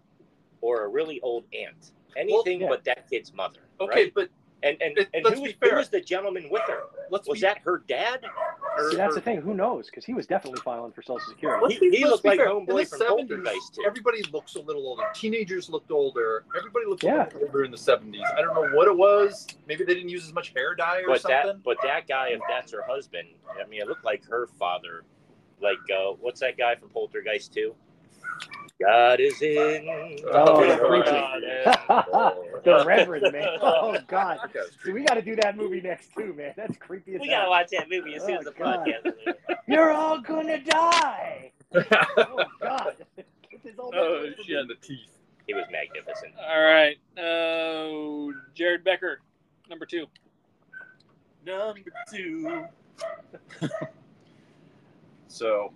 B: or a really old aunt. Anything
C: yeah.
B: but that kid's mother.
D: Okay,
B: right?
D: but
B: And and,
D: Let-
B: and
D: let's
B: who,
D: be
B: was, who
D: fair.
B: was the gentleman with her?
D: let's
B: Was
D: be
B: that her dad? Her
D: or-
C: See, that's
D: or-
C: the thing. Who knows? Because he was definitely filing for Social Security.
D: Let's
B: He-
D: be-
B: he
D: let's
B: looked
D: be
B: like
D: fair.
B: homeboy
D: In the
B: from
D: 70s,
B: Poltergeist, too.
D: Everybody looks a little older. Teenagers looked older. Everybody looked
C: Yeah.
D: a little older in the 70s. I don't know what it was. Maybe they didn't use as much hair dye or
B: But
D: something.
B: that, but that guy, if that's her husband, I mean, it looked like her father. Like, uh, what's that guy from Poltergeist Two? God is in.
D: Oh,
B: the
D: the
B: garden.
C: the Reverend, man. Oh God.
D: That guy's
C: See,
D: creepy.
C: we got to do that movie next too, man. That's creepy as
B: We gotta
C: hell.
B: watch that movie as soon as the
C: Oh, God.
B: podcast. is over.
C: You're all gonna die. Oh God. Get this all
A: Oh,
C: back.
A: shit.
D: the teeth.
B: He was magnificent.
A: All right. Uh, Jared Becker, number two.
B: Number two.
E: So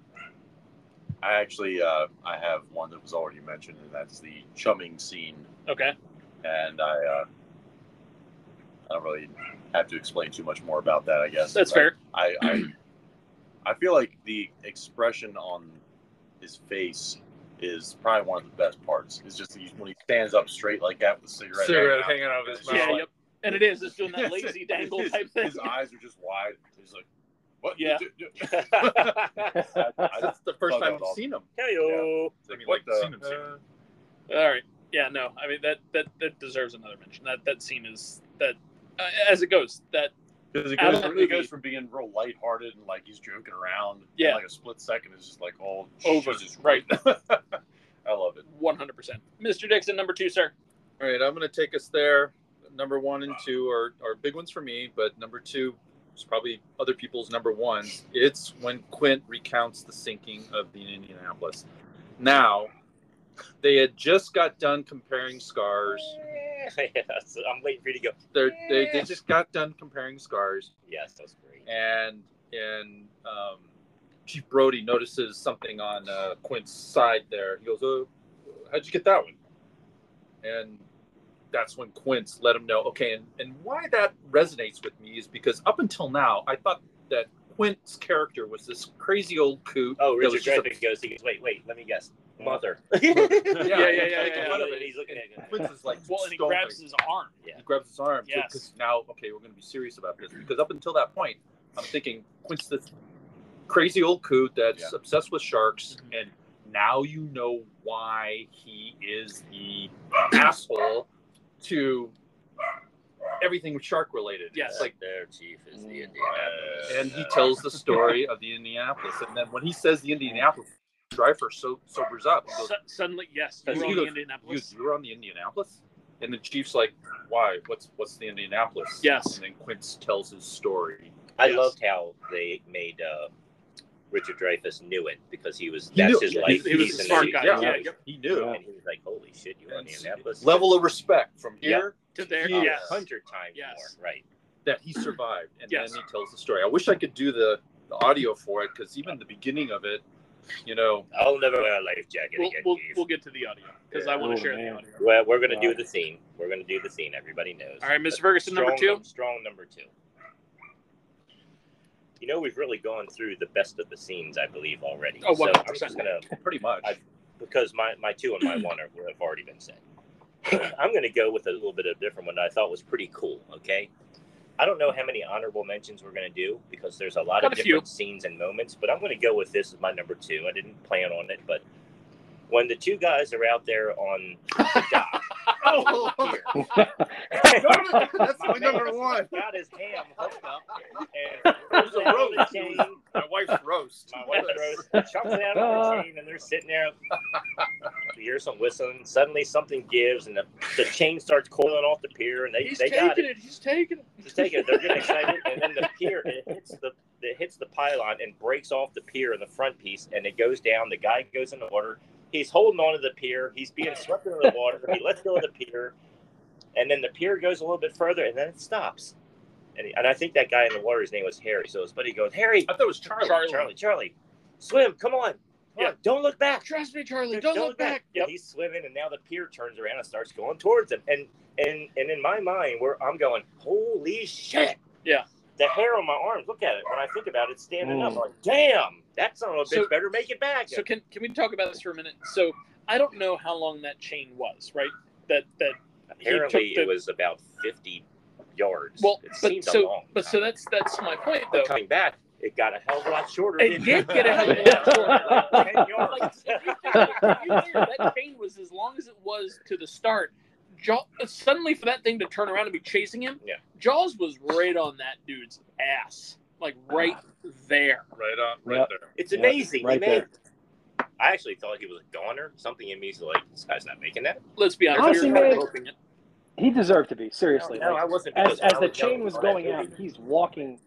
E: I actually uh, I have one that was already mentioned, and that's the chumming scene.
A: Okay.
E: And I uh, I don't really have to explain too much more about that. I guess
A: That's
E: But
A: fair.
E: I, I I feel like the expression on his face is probably one of the best parts. It's just he, when he stands up straight like that with a cigarette.
D: Cigarette
E: hanging
D: hanging out of his mouth.
E: Yeah,
A: Yeah,
E: like-
A: yep. And it is. It's doing
E: out.
A: that lazy dangle
E: His-
A: type thing.
E: His eyes are just wide. He's like, what?
A: Yeah.
E: I just,
D: That's the first
E: Thug
D: time
E: out
D: I've
E: all-
D: seen him.
B: Heyo.
D: I
E: like,
D: mean,
E: what
D: like,
E: the-
D: seen him, seen him.
A: All right. Yeah. No. I mean that that that deserves another mention. That that scene is that uh, as it goes. That
E: Because it
A: Out
E: goes,
A: of the
E: from, it goes
A: movie.
E: from being real lighthearted and like he's joking around, and,
A: Yeah.
E: like a split second is just like all
A: Over.
E: Jesus,
A: Right.
E: I love it.
A: one hundred percent. Mr. Dixon, number two, sir.
D: All right, I'm going to take us there. Number one and two are, are big ones for me, but number two is probably other people's number ones. It's when Quint recounts the sinking of the Indianapolis. Now, they had just got done comparing scars.
B: yes, I'm waiting for you to go.
D: They're, they they just got done comparing scars,
B: Yes, that was great.
D: and and um, Chief Brody notices something on uh, Quint's side there. He goes, "Oh, how'd you get that one?" And that's when Quince let him know. Okay, and, and why that resonates with me is because up until now, I thought that Quint's character was this crazy old coot.
B: Oh,
D: that was
B: Richard Dreyfuss
D: just a-
B: goes. He goes. Wait, wait. Let me guess. Mother.
D: yeah,
A: yeah,
D: yeah,
A: yeah,
D: yeah,
A: yeah,
B: yeah.
D: He's looking at it. Quince is like,
A: Well, and he
D: stone
A: grabs
D: faced.
A: his arm.
B: Yeah.
D: he grabs his arm
A: Yes.
D: because now okay we're going to be serious about this because up until that point i'm thinking quint's this crazy old coot that's
E: Yeah.
D: obsessed with sharks
A: Mhm.
D: and now you know why he is the asshole to everything shark related It's
A: Yes.
D: like
B: their chief is the Indian.
D: and he tells the story of the indianapolis and then when he says the indianapolis driver so sobers up he goes,
A: Su- suddenly, yes,
D: He
A: you're on
D: goes-
A: the
D: you,
A: Indianapolis.
D: you were on the Indianapolis? And the chief's like, why? What's what's the Indianapolis?
A: Yes.
D: And then Quince tells his story.
B: I
A: Yes.
B: loved how they made uh, Richard Dreyfuss knew it because he was
D: He
B: that's
D: knew-
B: his
D: yeah,
B: life.
A: he- he was
B: He's
A: a
B: in
A: smart
B: the-
A: guy.
D: Yeah, yep, he knew.
C: Yeah.
B: And he was like, "Holy shit, you were in
D: And
B: Indianapolis."
D: Level of respect from
B: Yeah.
D: here
A: To there,
D: Yeah.
A: yes.
B: hundred times
A: Yes.
B: more. Right.
D: that he survived, and
A: Yes.
D: then he tells the story. I wish I could do the, the audio for it because even the beginning of it, you know,
B: I'll never wear a life jacket
A: We'll,
B: again,
A: we'll,
B: Chief.
A: we'll get to the audio because I
C: Yeah.
A: want
C: Oh,
A: to share
C: man.
A: the audio.
B: Well, we're gonna do
C: Right.
B: the scene. We're gonna do the scene. Everybody knows.
A: All right, Mr.
B: But
A: Ferguson, number
B: strong
A: two.
B: num- Strong number two. You know, we've really gone through the best of the scenes, I believe, already.
A: Oh,
B: So I'm
A: 100%.
B: just gonna
D: pretty much.
B: I- because my, my two and my one are, have already been said. I'm going to go with a little bit of a different one that I thought was pretty cool. Okay. I don't know how many honorable mentions we're going to do because there's a lot
A: Got
B: of
A: a few.
B: different scenes and moments, but I'm going to go with this as my number two. I didn't plan on it, but when the two guys are out there on the dock,
D: oh, that's
B: my
D: number
B: man's
D: one.
B: got his ham hooked up, and there's a rolling chain.
D: My wife's roast.
B: My wife throws chunks it out on the chain, and they're sitting there. You hear some whistling. Suddenly, something gives, and the, the chain starts coiling off the pier, and they, they got it.
A: He's taking it.
B: Just take it. They're getting excited, and then the pier it hits the it hits the pylon and breaks off the pier in the front piece, and it goes down. The guy goes in the water. He's holding on to the pier. He's being swept into the water. He lets go of the pier, and then the pier goes a little bit further, and then it stops. And, he- and I think that guy in the water, his name was Harry. So his buddy goes, Harry,
D: I thought it was Charlie.
B: Charlie, Charlie, Charlie, swim! Come on, come
A: Yeah.
B: on! Don't look back!
A: Trust me, Charlie.
B: Dude,
A: Don't, look back.
B: Yeah, he's swimming, and now the pier turns around and starts going towards him. And and and in my mind, where I'm going, holy shit!
A: Yeah.
B: the hair on my arms. Look at it. When I think about it, standing up,
C: Mm.
B: I'm like, damn, that son of a bitch
A: So-
B: better make it back.
A: So can can we talk about this for a minute? So I don't know how long that chain was, right? That that
B: Apparently,
A: he took
B: it
A: the-
B: was about 50 yards.
A: well,
B: it
A: but
B: seemed
A: so
B: a long
A: but so
B: time.
A: that's that's my point
B: But
A: though.
B: coming back, It got a hell of a lot shorter.
A: It
B: didn't
A: did get a hell of a lot shorter.
B: Like 10
A: Like,
B: yards.
A: if you figure- if you figure that chain was as long as it was to the start. Jaw, suddenly, for that thing to turn around and be chasing him,
B: Yeah.
A: Jaws was right on that dude's ass, like right there.
D: Right on, right
C: Yep.
D: there.
B: It's
C: Yeah,
B: amazing.
C: right
B: he made, I actually thought he was a goner. Something in me's like, this guy's not making that.
A: Let's be honest.
C: Honestly,
A: we were
C: man-
A: hoping it.
C: He deserved to be seriously.
B: no,
C: like,
B: I wasn't.
C: as
B: because
C: as
B: I
C: the
B: young
C: chain was
B: on that
C: going out,
B: movie.
C: he's walking,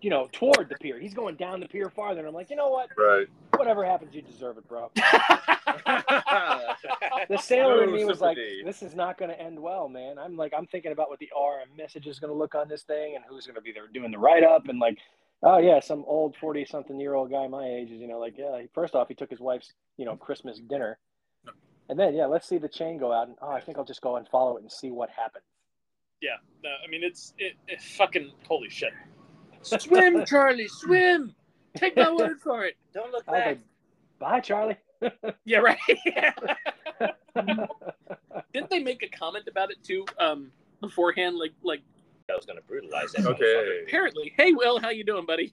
C: you know, toward the pier. He's going down the pier farther. And I'm like, you know what?
D: Right.
C: Whatever happens, you deserve it, bro. The sailor in
D: No
C: me was like,
D: sympathy.
C: this is not going to end well, man. I'm like, I'm thinking about what the RM message is going to look on this thing and who's going to be there doing the write up. And like, oh, yeah, some old 40 something year old guy my age is, you know, like, yeah, he- first off, he took his wife's, you know, Christmas dinner. And then, yeah, let's see the chain go out. And oh, I think I'll just go and follow it and see what happens.
A: Yeah, no, I mean it's it, it fucking holy shit. Swim, Charlie, swim. Take my word for it.
B: Don't look
C: I was
B: back.
C: like, bye, Charlie.
A: Yeah, right. Didn't they make a comment about it too um, beforehand? Like, like
B: I was going to brutalize that. motherfucker.
D: Okay.
A: apparently, hey Will, how you doing, buddy?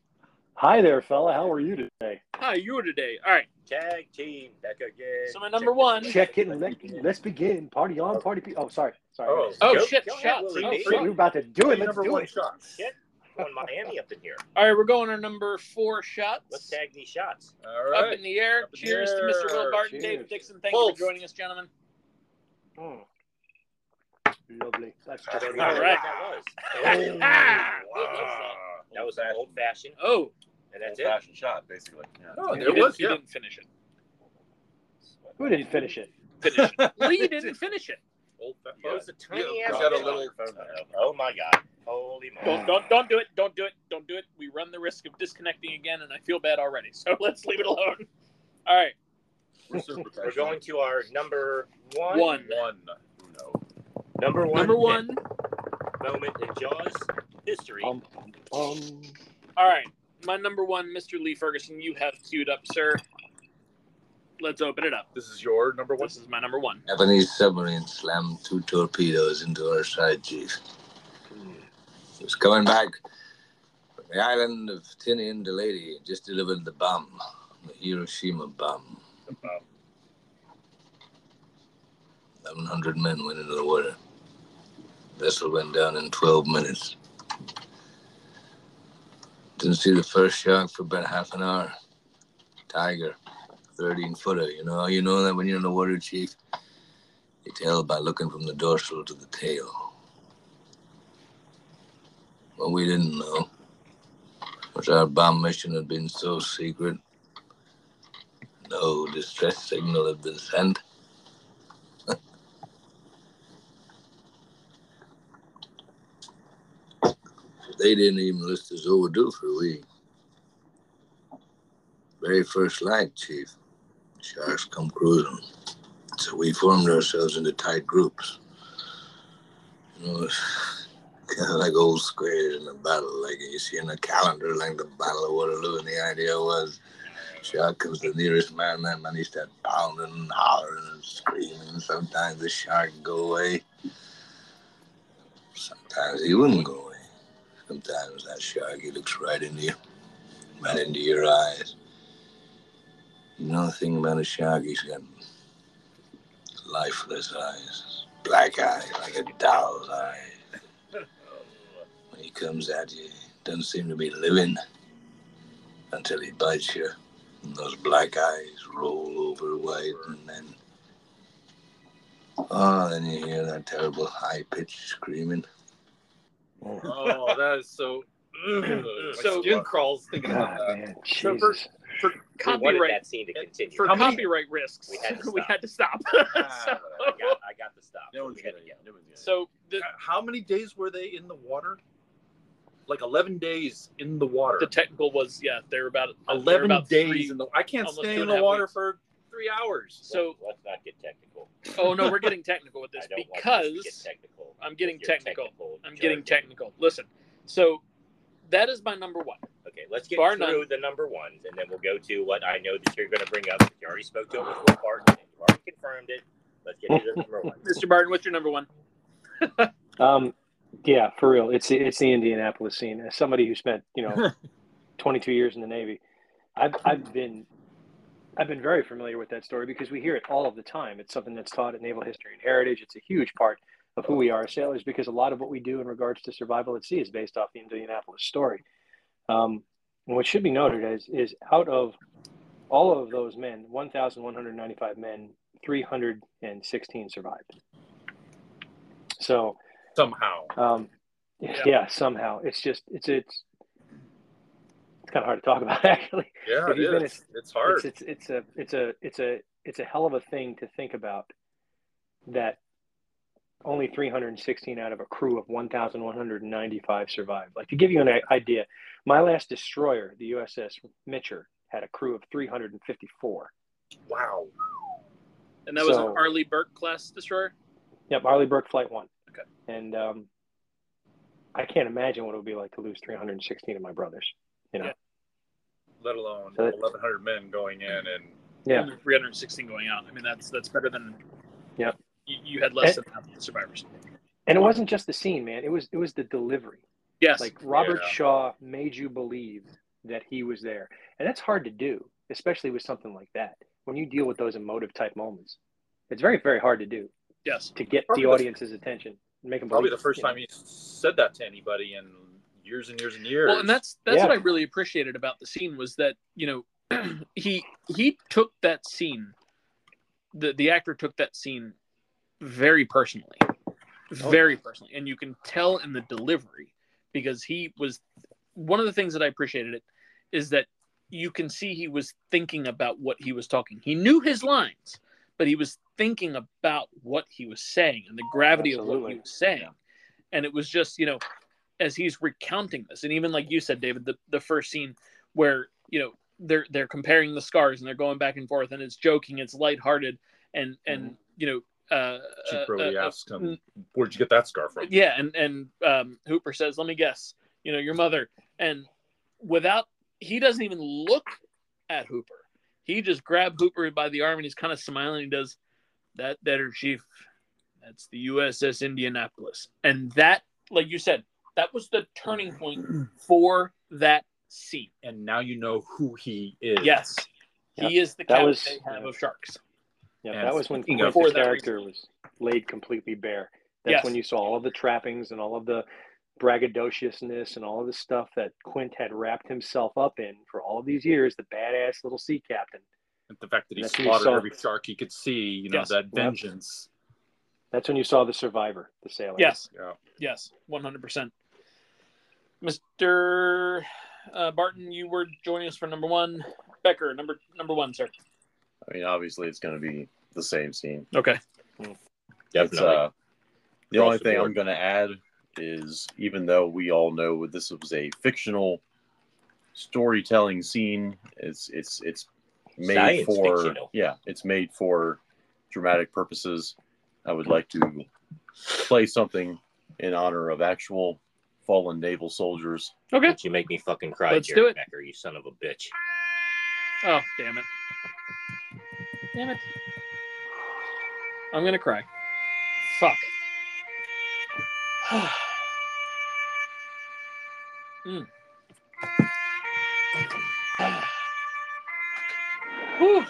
C: Hi there, fella. How are you today?
A: Hi, you were today. All right,
B: Tag team back again.
A: So my number one-
C: Check in. Let, let's begin. Party on, party. Pe- oh, sorry. Sorry.
D: Oh,
A: Oh,
B: Go-
A: shit,
B: go ahead,
A: shots.
B: Willie
A: Oh,
B: D.
A: shit.
C: we were about to do it. Let's
D: number
C: do
D: one
C: it.
D: shot.
B: Shit. Going Miami up in here.
A: all right, we're going to number four shots.
B: Let's tag these shots.
D: All
A: Up
D: right.
A: in the air.
D: Up in the
A: Cheers
D: air.
A: to Mr. Will Barton,
C: Cheers.
A: David Dixon. Thank you
D: Pulse.
A: for joining us, gentlemen.
C: Mm. Lovely. That's
B: I
C: just
B: don't even know
A: All
B: what
A: right.
B: That was.
C: Oh,
A: Ah,
D: Wow.
B: that was an old fashioned,
A: Oh,
B: and that's it.
E: old fashioned shot, basically. Yeah.
D: No,
A: he
D: there
A: didn't-
D: was,
A: he
D: yeah.
A: didn't finish it.
C: Who didn't finish it?
A: Finish it. Lee didn't finish it.
D: Old fa-
B: It was a tiny
D: Yeah,
B: ass.
D: got a
B: shot.
D: little-
B: Oh my god! Holy
A: Don't,
B: moly!
A: don't don't do it. Don't do it. Don't do it. We run the risk of disconnecting again, and I feel bad already. So let's leave it alone. All right,
D: We're super
B: We're going to our number one.
A: one.
D: one. No.
B: Number one.
A: Number one.
B: moment in Jaws history.
C: Um, um,
A: All right, my number one, Mr. Lee Ferguson. You have queued up, sir. Let's open it up.
D: This is your number one.
A: This is my number one.
F: Japanese submarine slammed two torpedoes into our side, Chief. It was coming back from the island of Tinian de Lady, just delivered the bomb, the Hiroshima bomb.
D: bomb.
F: 1,100 men went into the water. Vessel went down in 12 minutes. Didn't see the first shark for about half an hour. Tiger, 13 footer. You know how you know that when you're in the water, Chief? You tell by looking from the dorsal to the tail. What we didn't know was our bomb mission had been so secret. No distress signal had been sent. They didn't even list us overdue for a week. Very first light, Chief. Sharks come cruising. So we formed ourselves into tight groups. You know, kind of like old squares in a battle, like you see in a calendar, like the Battle of Waterloo. And the idea was shark comes the nearest man, that man he start pounding and hollering and screaming. Sometimes the shark go away. Sometimes he wouldn't go away. Sometimes that shark, he looks right into you, right into your eyes. You know the thing about a shark, he's got lifeless eyes, black eyes, like a doll's eyes. When he comes at you, doesn't seem to be living until he bites you. And those black eyes roll over white, and then, oh, then you hear that terrible high pitched screaming.
D: Oh, that is so. My
A: So-
D: skin crawls thinking
C: God,
D: about that.
C: Oh, man.
A: Trevor-
C: Jesus.
A: For
B: We wanted
A: copyright,
B: that scene to continue.
A: for
D: How many-
A: copyright risks,
B: We had to
A: we
B: stop.
A: had to stop.
D: Ah,
B: I
A: so,
B: got, I got the stop.
E: No
B: So
E: one's
B: we
E: gonna,
B: had to go.
E: no one's gonna.
A: so the,
D: Uh, How many days were they in the water? Like eleven days in the water.
A: the technical was yeah, they're about they were
D: eleven
A: about
D: days
A: three-
D: in the. I can't
A: almost
D: stay
A: two
D: in
A: and a
D: the
A: half
D: water
A: weeks.
D: for three hours.
A: So
B: let's let's not get technical.
A: oh no, we're getting technical with this
B: I don't want this to
A: because
B: get technical.
A: I'm getting
B: If you're
A: technical. I'm
B: you're-
A: getting technical. Listen, so that is my number one.
B: Okay, let's get
A: Bar
B: through
A: none.
B: the number ones, and then we'll go to what I know that you're going to bring up. You already spoke to it with Will Barton. You already confirmed it. Let's get to the number one.
A: Mr. Barton, what's your number one?
C: Um, yeah, for real. It's it's the Indianapolis scene. As somebody who spent you know 22 years in the Navy, I've, I've been I've been very familiar with that story because we hear it all of the time. It's something that's taught at Naval History and Heritage. It's a huge part of who we are as sailors because a lot of what we do in regards to survival at sea is based off the Indianapolis story. Um, and what should be noted is, is out of all of those men, 1,195 men, 316 survived. So,
D: somehow.
C: um, yeah.
A: Yeah.
C: somehow it's just it's it's it's kind of hard to talk about actually.
D: Yeah,
C: But
D: it
C: even
D: is. It's hard.
C: It's, it's it's a it's a it's a it's a hell of a thing to think about that only 316 out of a crew of 1,195 survived. Like to give you an i- idea, my last destroyer, the USS Mitcher, had a crew of 354.
D: wow.
A: And that was
C: So-
A: an Arleigh Burke class destroyer.
C: Yep, Harley Burke Flight One.
A: Okay.
C: And um, I can't imagine what it would be like to lose 316 of my brothers.
D: Let alone
C: So that-
D: 1,100 men going in and
C: Yeah.
A: Only 316 going out. I mean, that's that's better than.
C: Yep.
A: You, you had less
C: And-
A: than half the survivors.
C: And it wasn't just the scene, man. It was it was the delivery.
A: Yes.
C: Like Robert
D: Yeah.
C: Shaw made you believe that he was there, and that's hard to do, especially with something like that. When you deal with those emotive type moments, it's very very hard to do
A: yes.
C: to get
D: Probably
C: the
D: the-
C: audience's attention, and make them
D: probably
C: believe
D: the
C: it,
D: first
C: you know.
D: time he said that to anybody in years and years and years.
A: Well, and that's that's
C: Yeah.
A: what I really appreciated about the scene was that you know he he took that scene, the the actor took that scene very personally, very personally, and you can tell in the delivery because he was one of the things that I appreciated it is that you can see he was thinking about what he was talking. He knew his lines, but he was thinking about what he was saying and the gravity of what
C: Absolutely.
A: he was saying. And it was just, you know, as he's recounting this, and even like you said, David, the, the first scene where, you know, they're they're comparing the scars and they're going back and forth and it's joking, it's lighthearted and and you know uh,
D: Chief
A: uh,
D: Brody
A: uh,
D: asks him, "Where'd you get that scar from?"
A: yeah, and and um, Hooper says, "Let me guess, you know, your mother." And without, he doesn't even look at Hooper. He just grabbed Hooper by the arm and he's kind of smiling. He does that, better chief. That's the USS Indianapolis, and that, like you said, that was the turning point for that scene.
D: And now you know who he is.
A: Yes, he is the
C: That
A: captain
C: was-
A: they have
C: yeah.
A: of sharks.
C: Yeah,
D: And
C: that was when
A: speaking
C: Quint's
A: of- for that
C: character was laid completely bare. That's
A: Yes.
C: when you saw all of the trappings and all of the braggadociousness and all of the stuff that Quint had wrapped himself up in for all of these years, the badass little sea captain.
D: The fact that he
C: That's who he
D: slaughtered
C: saw.
D: every shark he could see, you know,
A: Yes.
D: that vengeance.
C: That's when you saw the survivor, the sailor.
A: Yes,
D: Yeah.
A: yes, one hundred percent. Mister uh, Barton, you were joining us for number one. Becker, number number one, sir.
E: I mean, obviously, it's going to be the same scene.
A: Okay.
E: It's,
B: Definitely.
E: uh, the
B: Across
E: only
B: the
E: thing
B: board.
E: I'm going to add is even though we all know this was a fictional storytelling scene, it's it's it's made
B: Science
E: for
B: fictional.
E: yeah, it's made for dramatic purposes. I would like to play something in honor of actual fallen naval soldiers.
A: Okay.
B: But you make me fucking cry,
A: Let's
B: Jerry
A: do it.
B: Becker, you son of a bitch.
A: Oh, damn it. Damn it. I'm gonna cry. Fuck. mm. Whew.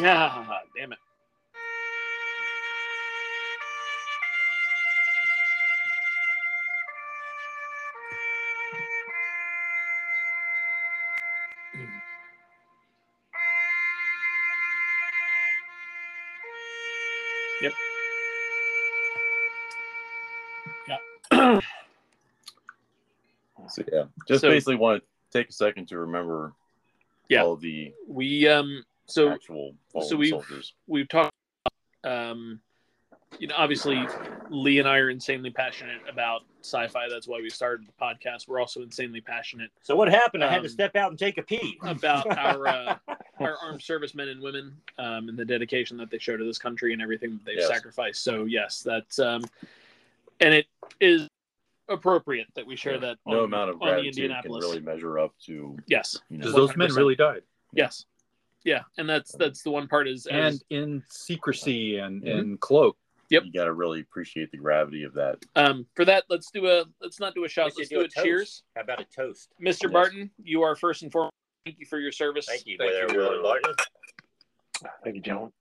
A: God damn it.
E: So yeah, just
A: So-
E: basically want to take a second to remember
A: Yeah.
E: all the
A: We um so
E: actual fallen
A: we've-
E: soldiers.
A: we've talked um you know obviously lee and i are insanely passionate about sci-fi that's why we started the podcast we're also insanely passionate
B: So what happened? I had
A: Um,
B: to step out and take a pee.
A: about our uh, our armed servicemen and women um, and the dedication that they show to this country and everything that they've
E: Yes.
A: sacrificed so yes that's um and it is appropriate that we share
E: Yeah.
A: that
E: no
A: on-
E: amount of
A: on the
E: gratitude can
A: Indianapolis.
E: really measure up to
A: yes
E: you know,
D: Because those men
A: 100%.
D: really died.
A: yes
E: Um,
A: yeah and that's that's the one part is, is
E: Mm-hmm.
D: And in secrecy and in cloak.
A: Yep.
E: you got to really appreciate the gravity of that.
A: Um, for that, let's do a let's not do a shot.
B: should
A: Let's
B: do
A: do
B: a
A: a cheers.
B: How about a toast?
A: Mr.
E: Yes.
A: Barton, you are first and foremost. Thank you for your service.
B: Thank you,
A: Thank
B: Brother
A: you.
B: Will and Martin.
C: Thank you, gentlemen.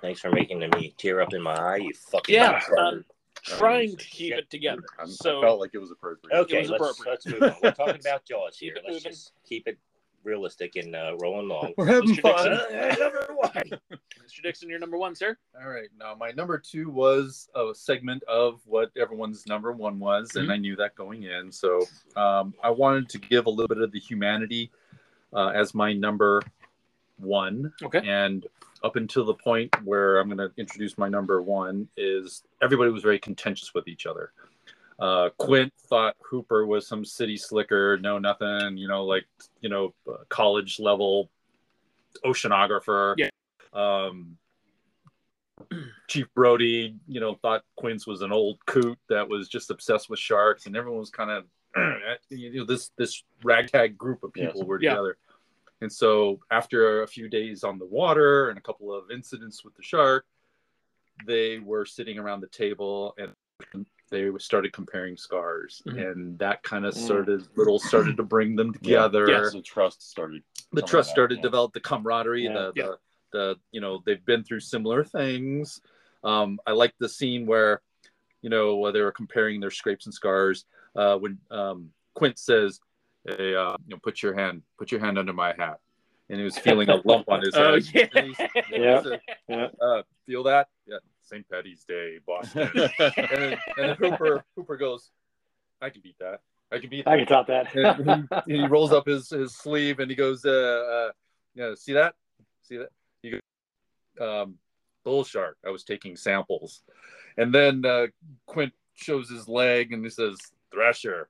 B: Thanks for making me tear up in my eye. You fucking
A: Yeah,
B: motherfucker.
A: um, trying to keep it together.
E: I'm, I
A: So
E: felt like it was appropriate.
A: It
B: Okay,
A: was
B: let's,
A: appropriate.
B: let's move on. We're talking about Jaws
A: Keep
B: here.
A: it
B: Let's
A: moving.
B: just keep it realistic and uh, rolling along.
E: We're having
A: Mr.
E: fun.
A: Dixon. Mr. Dixon, you're number one, sir.
D: All right. Now, my number two was a segment of what everyone's number one was,
A: Mm-hmm.
D: and I knew that going in. So um, I wanted to give a little bit of the humanity uh, as my number one.
A: Okay.
D: And up until the point where I'm going to introduce my number one is everybody was very contentious with each other. Uh, Quint thought Hooper was some city slicker, no nothing, you know, like you know, uh, college level oceanographer.
A: Yeah.
D: Um, Chief Brody, you know, thought Quince was an old coot that was just obsessed with sharks, and everyone was kind of, you know, this this ragtag group of people were
A: Yeah.
D: together. And so, after a few days on the water and a couple of incidents with the shark, they were sitting around the table and they started comparing scars,
A: Mhm.
D: and that kind of
C: Mm.
D: started little started to bring them
E: Yeah.
D: together
A: Yes.
E: The trust started.
D: the
E: Something
D: trust
E: like that,
D: started
E: yeah.
D: to develop the camaraderie
C: Yeah.
D: the,
A: Yeah.
D: the the you know they've been through similar things um i like the scene where you know uh, they were comparing their scrapes and scars uh when um quint says hey uh you know put your hand put your hand under my hat and he was feeling a lump on his
A: Oh
D: head
A: yeah.
D: And he's- and he
C: Yeah.
D: said,
C: Yeah.
D: uh, feel that yeah st patty's day boston and then, and then hooper hooper goes i can beat that i can beat that
C: I can top that.
D: and he, he rolls up his, his sleeve and he goes, uh, uh, yeah, see that? See that? He goes, um, bull shark. I was taking samples. And then uh, Quint shows his leg and he says, Thresher,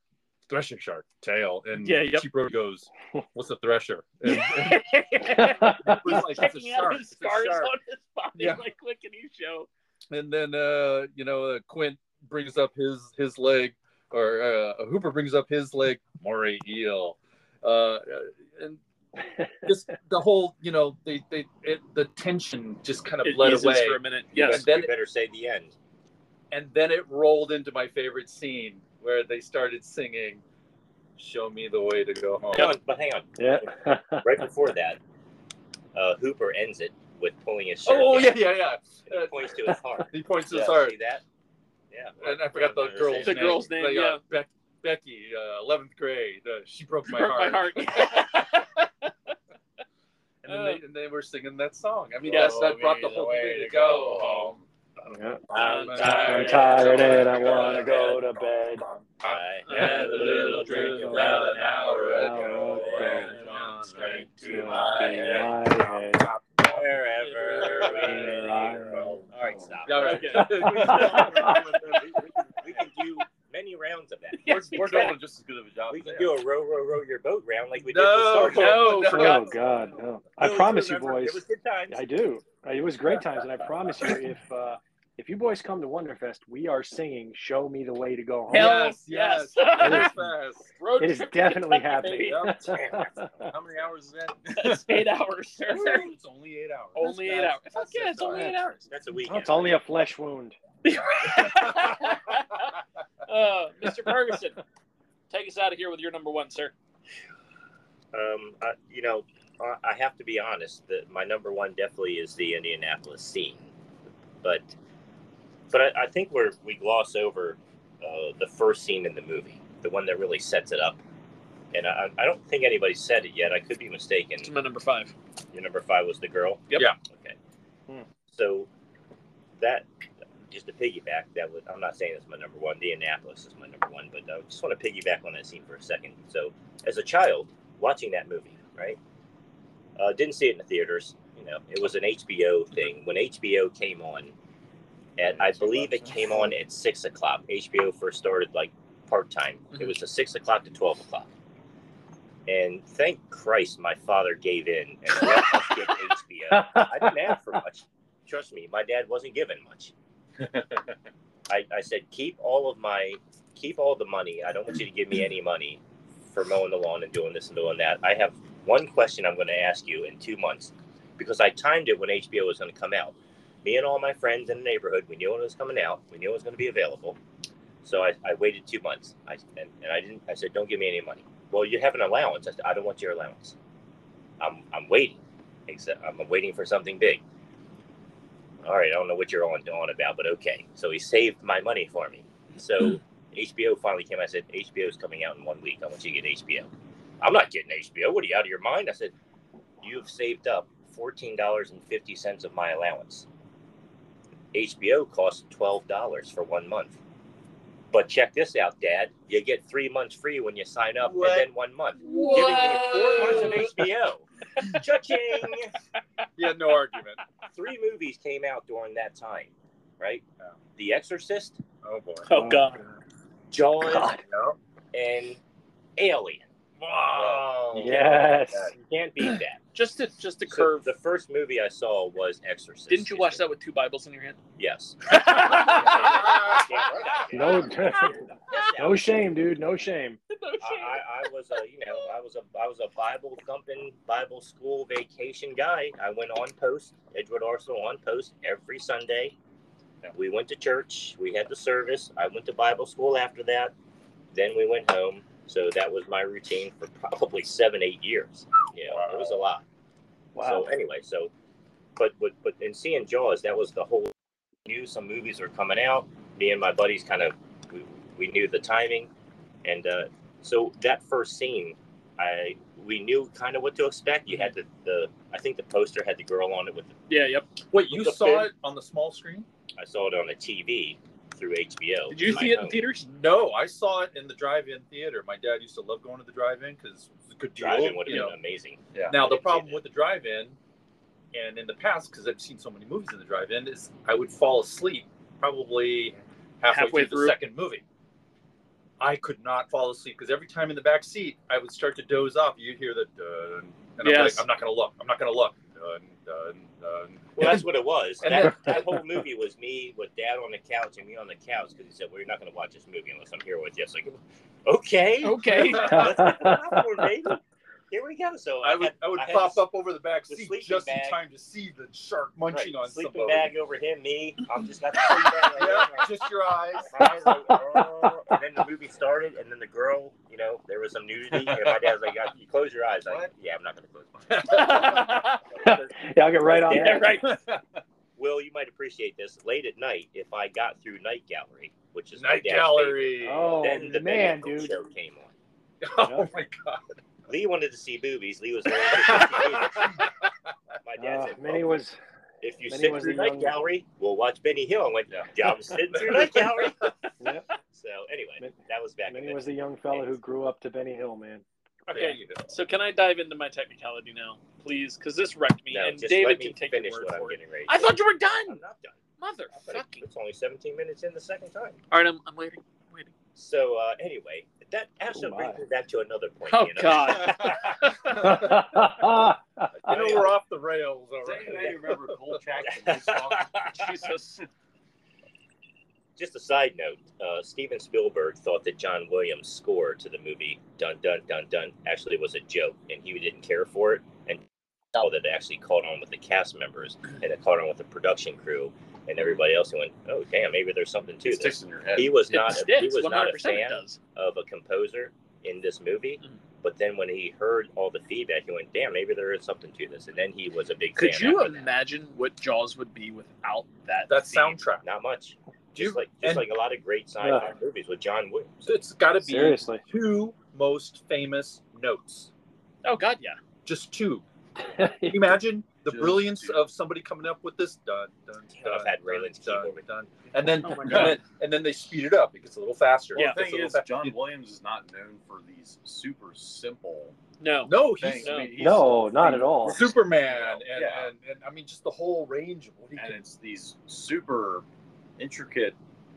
D: Thresher shark, tail. And
A: Yeah, yep.
D: Cheap Road goes, What's a thresher? And,
A: He's
D: Like, it's a
A: checking out
D: shark,
A: his
D: it's a
A: scars
D: shark.
A: on his body.
D: Yeah.
A: Like, look at you show.
D: and then, uh, you know, uh, Quint brings up his, his leg, or uh, Hooper brings up his leg, Moray eel. Uh, and just the whole you know they they it, the tension just kind of
A: It
D: bled
A: eases
D: away
A: for a minute.
B: You
A: Yes.
D: And then
B: better, you better say the end.
D: and then it rolled into my favorite scene where they started singing show me the way to go home
B: No, but hang on.
C: yeah.
B: Right before that, uh, Hooper ends it with pulling his shirt.
D: oh yeah
B: down.
D: yeah yeah
B: And he points to his heart.
D: he points to
B: Yeah,
D: his heart
B: See that? Yeah.
D: and i forgot the girl's
A: The
D: name
A: girl's name,
D: Like, uh,
A: yeah.
D: Bec- becky uh, 11th grade uh, she broke my
A: Hurt
D: heart,
A: My heart.
D: and, then they, and they were singing that song i mean
A: Yeah.
D: that's that brought the whole way, to go, home
C: Yeah.
B: I'm
C: I'm
B: tired.
C: tired and I want to go to bed.
B: I
D: had a little drink about an hour
C: ago, and
D: on straight
C: To my head.
B: Wherever
C: Where I
B: we
C: roam.
B: All right, stop.
D: Yeah,
A: Okay.
B: We can do many rounds of that.
A: Yes,
B: we're, we're doing,
E: just as good of a job.
B: we can do a row, row, row your boat round like we
D: No,
B: did. with Star
A: no,
B: Wars.
D: no.
A: forgot.
C: Oh God, no!
B: It
C: I
B: was-
C: promise you,
B: remember,
C: boys.
B: It was good times.
C: I do. It was great times, and I promise you, if uh, if you boys come to Wonderfest, we are singing "Show Me the Way to Go Home."
A: Hell
D: Yes, yes.
A: yes.
D: Fast.
A: Road
C: It is
A: trip to
C: definitely
A: Kentucky.
C: happening.
D: How many hours is that?
A: That's eight hours, sir.
D: it's only eight hours.
A: only eight hours. Fuck yeah, it's only eight hours.
B: That's a weekend.
C: it's only a flesh wound.
A: uh, Mr. Ferguson, take us out of here with your number one, sir.
B: Um, I, you know, I, I have to be honest. That my number one definitely is the Indianapolis scene, but but I, I think we're we gloss over uh, the first scene in the movie, the one that really sets it up. And I, I don't think anybody said it yet. I could be mistaken.
A: To my number five.
B: Your number five was the girl.
A: Yep.
D: Yeah.
B: Okay.
C: Hmm.
B: So that just to piggyback that was I'm not saying it's my number one. The Annapolis is my number one, but I just want to piggyback on that scene for a second. So as a child watching that movie, right? Uh, didn't see it in the theaters. You know, it was an HBO thing when HBO came on. At I believe it came on at six o'clock. HBO first started like part time. It was a six o'clock to twelve o'clock. And thank Christ, my father gave in and let us get HBO. I didn't ask for much. Trust me, my dad wasn't given much. I, I said, keep all of my, keep all the money. I don't want you to give me any money for mowing the lawn and doing this and doing that. I have one question I'm going to ask you in two months because I timed it when HBO was going to come out. me and all my friends in the neighborhood, we knew it was coming out. We knew it was going to be available. So I, I waited two months. I and, and I didn't. I said, "Don't give me any money." Well, you have an allowance. I said, "I don't want your allowance. I'm I'm waiting. Except I'm waiting for something big." All right, I don't know what you're on on about, but okay. So he saved my money for me. So HBO finally came. I said, "HBO is coming out in one week. I want you to get HBO." I'm not getting HBO. What are you out of your mind? I said, "You have saved up fourteen dollars and fifty cents of my allowance." HBO costs twelve dollars for one month. But check this out, Dad. You get three months free when you sign up,
A: What?
B: and then one month. Giving me four months
A: Whoa.
B: of HBO. Cha-ching!
D: Yeah, no argument.
B: Three movies came out during that time, right? The Exorcist,
D: Oh boy.
A: Oh God.
B: Jaws,
C: God.
D: No.
B: and Alien.
C: Oh.
D: Wow.
B: You can't beat
C: Yes.
B: that. You can't beat that.
A: Just to just to
B: So
A: curve.
B: the first movie I saw was Exorcist.
A: Didn't you watch that with two Bibles in your hand?
B: Yes.
A: No
C: No, no shame, dude. No shame.
B: I,
A: shame.
B: I, I was a you know I was a I was a Bible thumping Bible school vacation guy. I went on post Edgewood Arsenal on post every Sunday. We went to church. We had the service. I went to Bible school after that. Then we went home. So that was my routine for probably seven eight years. You know it was a lot.
C: Wow.
B: So anyway, so but but but in seeing Jaws, that was the whole knew some movies were coming out. Me and my buddies kind of we, we knew the timing, and uh, so that first scene, I we knew kind of what to expect. You had the, the I think the poster had the girl on it with. The,
A: Yeah. Yep.
D: Wait, you
B: The
D: saw
B: film.
D: it on the small screen?
B: I saw it on a TV through HBO.
A: Did you
B: my
A: see it in
B: home.
A: theaters?
D: No, I saw it in the drive-in theater. My dad used to love going to the drive-in because it was a good deal.
B: Driving would have
D: you
B: been
D: know.
B: amazing.
D: Now
B: I
D: the
B: didn't see
D: problem
B: that.
D: with the drive-in, and in the past, because I've seen so many movies in the drive-in, is I would fall asleep probably halfway,
A: Halfway
D: through,
A: through.
D: the second movie. I could not fall asleep because every time in the back seat, I would start to doze off. You'd hear the dun, and I'm
A: Yes.
D: like, I'm not gonna look. I'm not gonna look. Dun, dun, dun.
B: Well, that's what it was.
D: And
B: That, that whole movie was me with Dad on the couch and me on the couch because he said, "Well, you're not going to watch this movie unless I'm here with you." So, like, okay,
A: Okay.
B: Let's get the popcorn, baby. Here we go. So
D: I would
B: had-
D: I would
B: had
D: pop
B: the-
D: up over the back
B: the
D: seat
B: sleeping
D: just
B: bag.
D: in time to see the shark
B: right,
D: munching on
B: sleeping
D: somebody.
B: bag over him, me. I'm just got the sleeping bag. Right
D: Yeah,
B: there, my
D: just your eyes.
B: eyes like, "Oh," and then the movie started, and then the girl, you know, there was some nudity, and my dad's like, "You close your eyes." Like,
D: What?
B: yeah, I'm not going to close my eyes.
A: yeah.
C: Yeah, I'll get right on that. Uh,
A: Right.
B: Will, you might appreciate this. Late at night, if I got through Night Gallery, which is my
D: Night
B: dad's
D: gallery.
C: Oh,
B: favorite, then the
C: man,
B: Benedict
C: dude.
B: show came on.
D: Oh my god.
B: Lee wanted to see boobies. Lee was there. My dad
C: Uh,
B: said,
C: Minnie
B: "Well,
C: was.
B: If you
C: Benny
B: sit
C: was
B: through
C: the
B: Night
C: young-
B: Gallery, we'll watch Benny Hill. I went, yeah, I'm sitting through Night Gallery.
C: Yeah,
B: So anyway,
C: Min-
B: that was back. in
C: Minnie
B: the-
C: was the young fella who grew up to Benny Hill, man.
D: There
A: Okay.
D: you go.
A: So can I dive into my technicality now, please? Because this wrecked me,
B: No,
A: and
B: just
A: David
B: let me
A: can take your
B: finish
A: word
B: what I'm
A: for it.
B: getting ready.
A: I
B: to-
A: thought you were
B: I'm
A: done,
B: not done. I thought it-
A: motherfucking.
B: It's only 17 minutes in the second time.
A: All right, I'm, I'm waiting. I'm waiting.
B: So uh, anyway, that actually
C: Oh, my.
B: brings me back to another point.
A: Oh,
B: you know?
A: God.
D: I know we're off the rails already.
F: remember Cole
A: Jesus.
B: just a side note, uh, Steven Spielberg thought that John Williams' score to the movie Dun Dun Dun Dun actually was a joke, and he didn't care for it. And all that it actually caught on with the cast members, and it caught on with the production crew and everybody else. Who went, "Oh damn, maybe there's something to
E: It
B: this."
E: sticks in your head.
B: He was
A: It
B: not. A, he
A: sticks.
B: was not a
A: 100% it
B: fan
A: does.
B: of a composer in this movie.
A: Mhm.
B: But then when he heard all the feedback, he went, "Damn, maybe there is something to this." And then he was a big.
A: Could
B: fan
A: you
B: after that.
A: imagine what Jaws would be without that?
D: That
A: theme?
D: soundtrack.
B: Not much.
D: Do you-
B: Just like just
D: and-
B: like a lot of great sci-fi
C: Yeah.
B: movies with John Williams.
D: So it's got to be
C: Seriously.
D: two most famous notes.
A: Oh God, yeah.
D: Just two. Can you imagine the
E: Just
D: brilliance
E: two.
D: of somebody coming up with this? Dun, dun,
B: I've
D: dun,
B: had Raylan's
D: dun,
B: keyboard.
D: dun. And then,
A: Oh, my
D: and
A: God.
D: then, and then they speed it up. It gets a little faster.
E: Well,
A: Yeah.
E: the
D: It's a
E: thing
D: little
E: is,
D: fa-
E: John Williams is not known for these super simple
A: No.
D: No,
E: things.
D: he's
A: No.
E: I mean, he's-
C: No, not at all.
D: Superman, and,
E: Yeah.
D: and, and I mean just the whole range of what he
E: and
D: can.
E: it's these super intricate,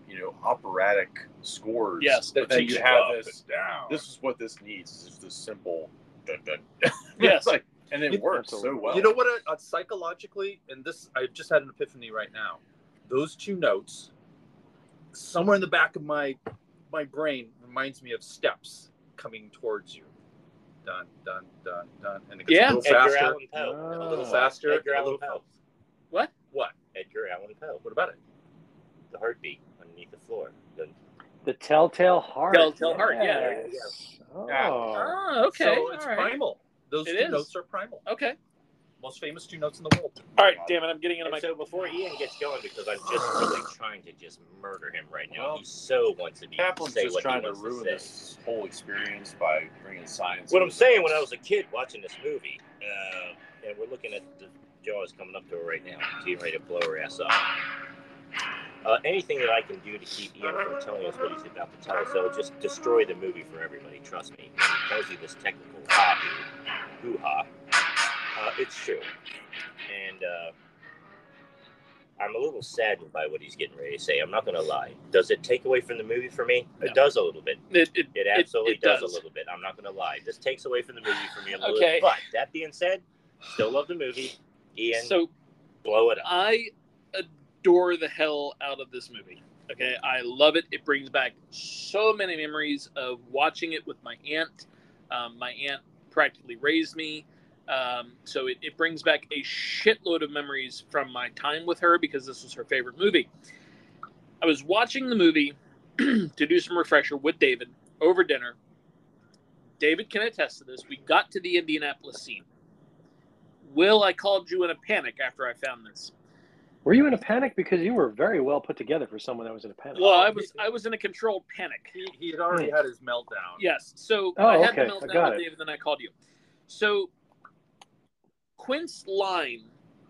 E: you know, operatic scores.
A: Yes.
E: But then
D: Teach
E: you
D: it
E: have
D: up
E: this.
D: and down.
E: This is what this needs. Is just this simple. Dun, dun.
A: Yes.
E: it's like, and it
D: You-
E: works so
C: Absolutely.
E: well.
D: You know what? Uh, uh, psychologically, and this, I just had an epiphany right now. Those two notes, somewhere in the back of my my brain, reminds me of steps coming towards you. Dun dun dun dun, and it gets
A: Yeah.
D: a little
B: Edgar
D: faster,
B: Allan Poe.
D: a little
C: Ah.
D: faster,
B: Edgar
D: a
B: Allan
D: little
B: Poe.
D: What?
B: Edgar Allan Poe.
D: What about it?
B: The heartbeat underneath the floor. The
C: The Telltale Heart.
A: Telltale Heart, yeah, there you
C: Yes.
D: Yeah.
C: Oh.
A: Oh, okay.
D: So it's
A: all right.
D: primal. Those
A: It
D: two
A: is.
D: notes are primal.
B: Oh.
A: Okay.
D: Most famous two notes in the world.
A: All right, damn it. I'm getting into
B: And
A: my.
B: so before Ian gets going, because I'm just really trying to just murder him right now.
E: Well,
B: he so wants to be
E: Kaplan's
B: say
E: just
B: what he
E: trying to
B: wants to
E: ruin
B: say.
E: this whole experience by bringing science.
B: What
E: into
B: I'm
E: the
B: saying
E: mix.
B: when I was a kid watching this movie, uh, and we're looking at the jaws coming up to her right now, getting ready to blow her ass up. Uh, anything that I can do to keep Ian from telling us what he's about to tell us, that'll just destroy the movie for everybody. Trust me. When He tells you this technical hobby, hoo ha. Uh, it's true, and uh, I'm a little saddened by what he's getting ready to say. I'm not going to lie. Does it take away from the movie for me?
A: No.
B: It does a little bit.
A: It, it,
B: It absolutely
A: it
B: does.
A: does.
B: a little bit. I'm not going to lie. This takes away from the movie for me a little
A: Okay.
B: bit. But that being said, still love the movie. Ian,
A: so
B: blow it up.
A: I adore the hell out of this movie. Okay, I love it. It brings back so many memories of watching it with my aunt. Um, my aunt practically raised me. Um, so it, it brings back a shitload of memories from my time with her because this was her favorite movie. I was watching the movie to do some refresher with David over dinner. David can attest to this. We got to the Indianapolis scene. Will, I called you in a panic after I found this.
C: Were you in a panic because you were very well put together for someone that was in a panic?
A: Well, I was I was in a controlled panic.
D: He, he had already
B: Hmm.
D: had his meltdown.
A: Yes. So
C: Oh,
A: I had
C: okay.
A: the
C: I
A: meltdown
C: got
A: with
C: it.
A: David, then I called you. So Quint's line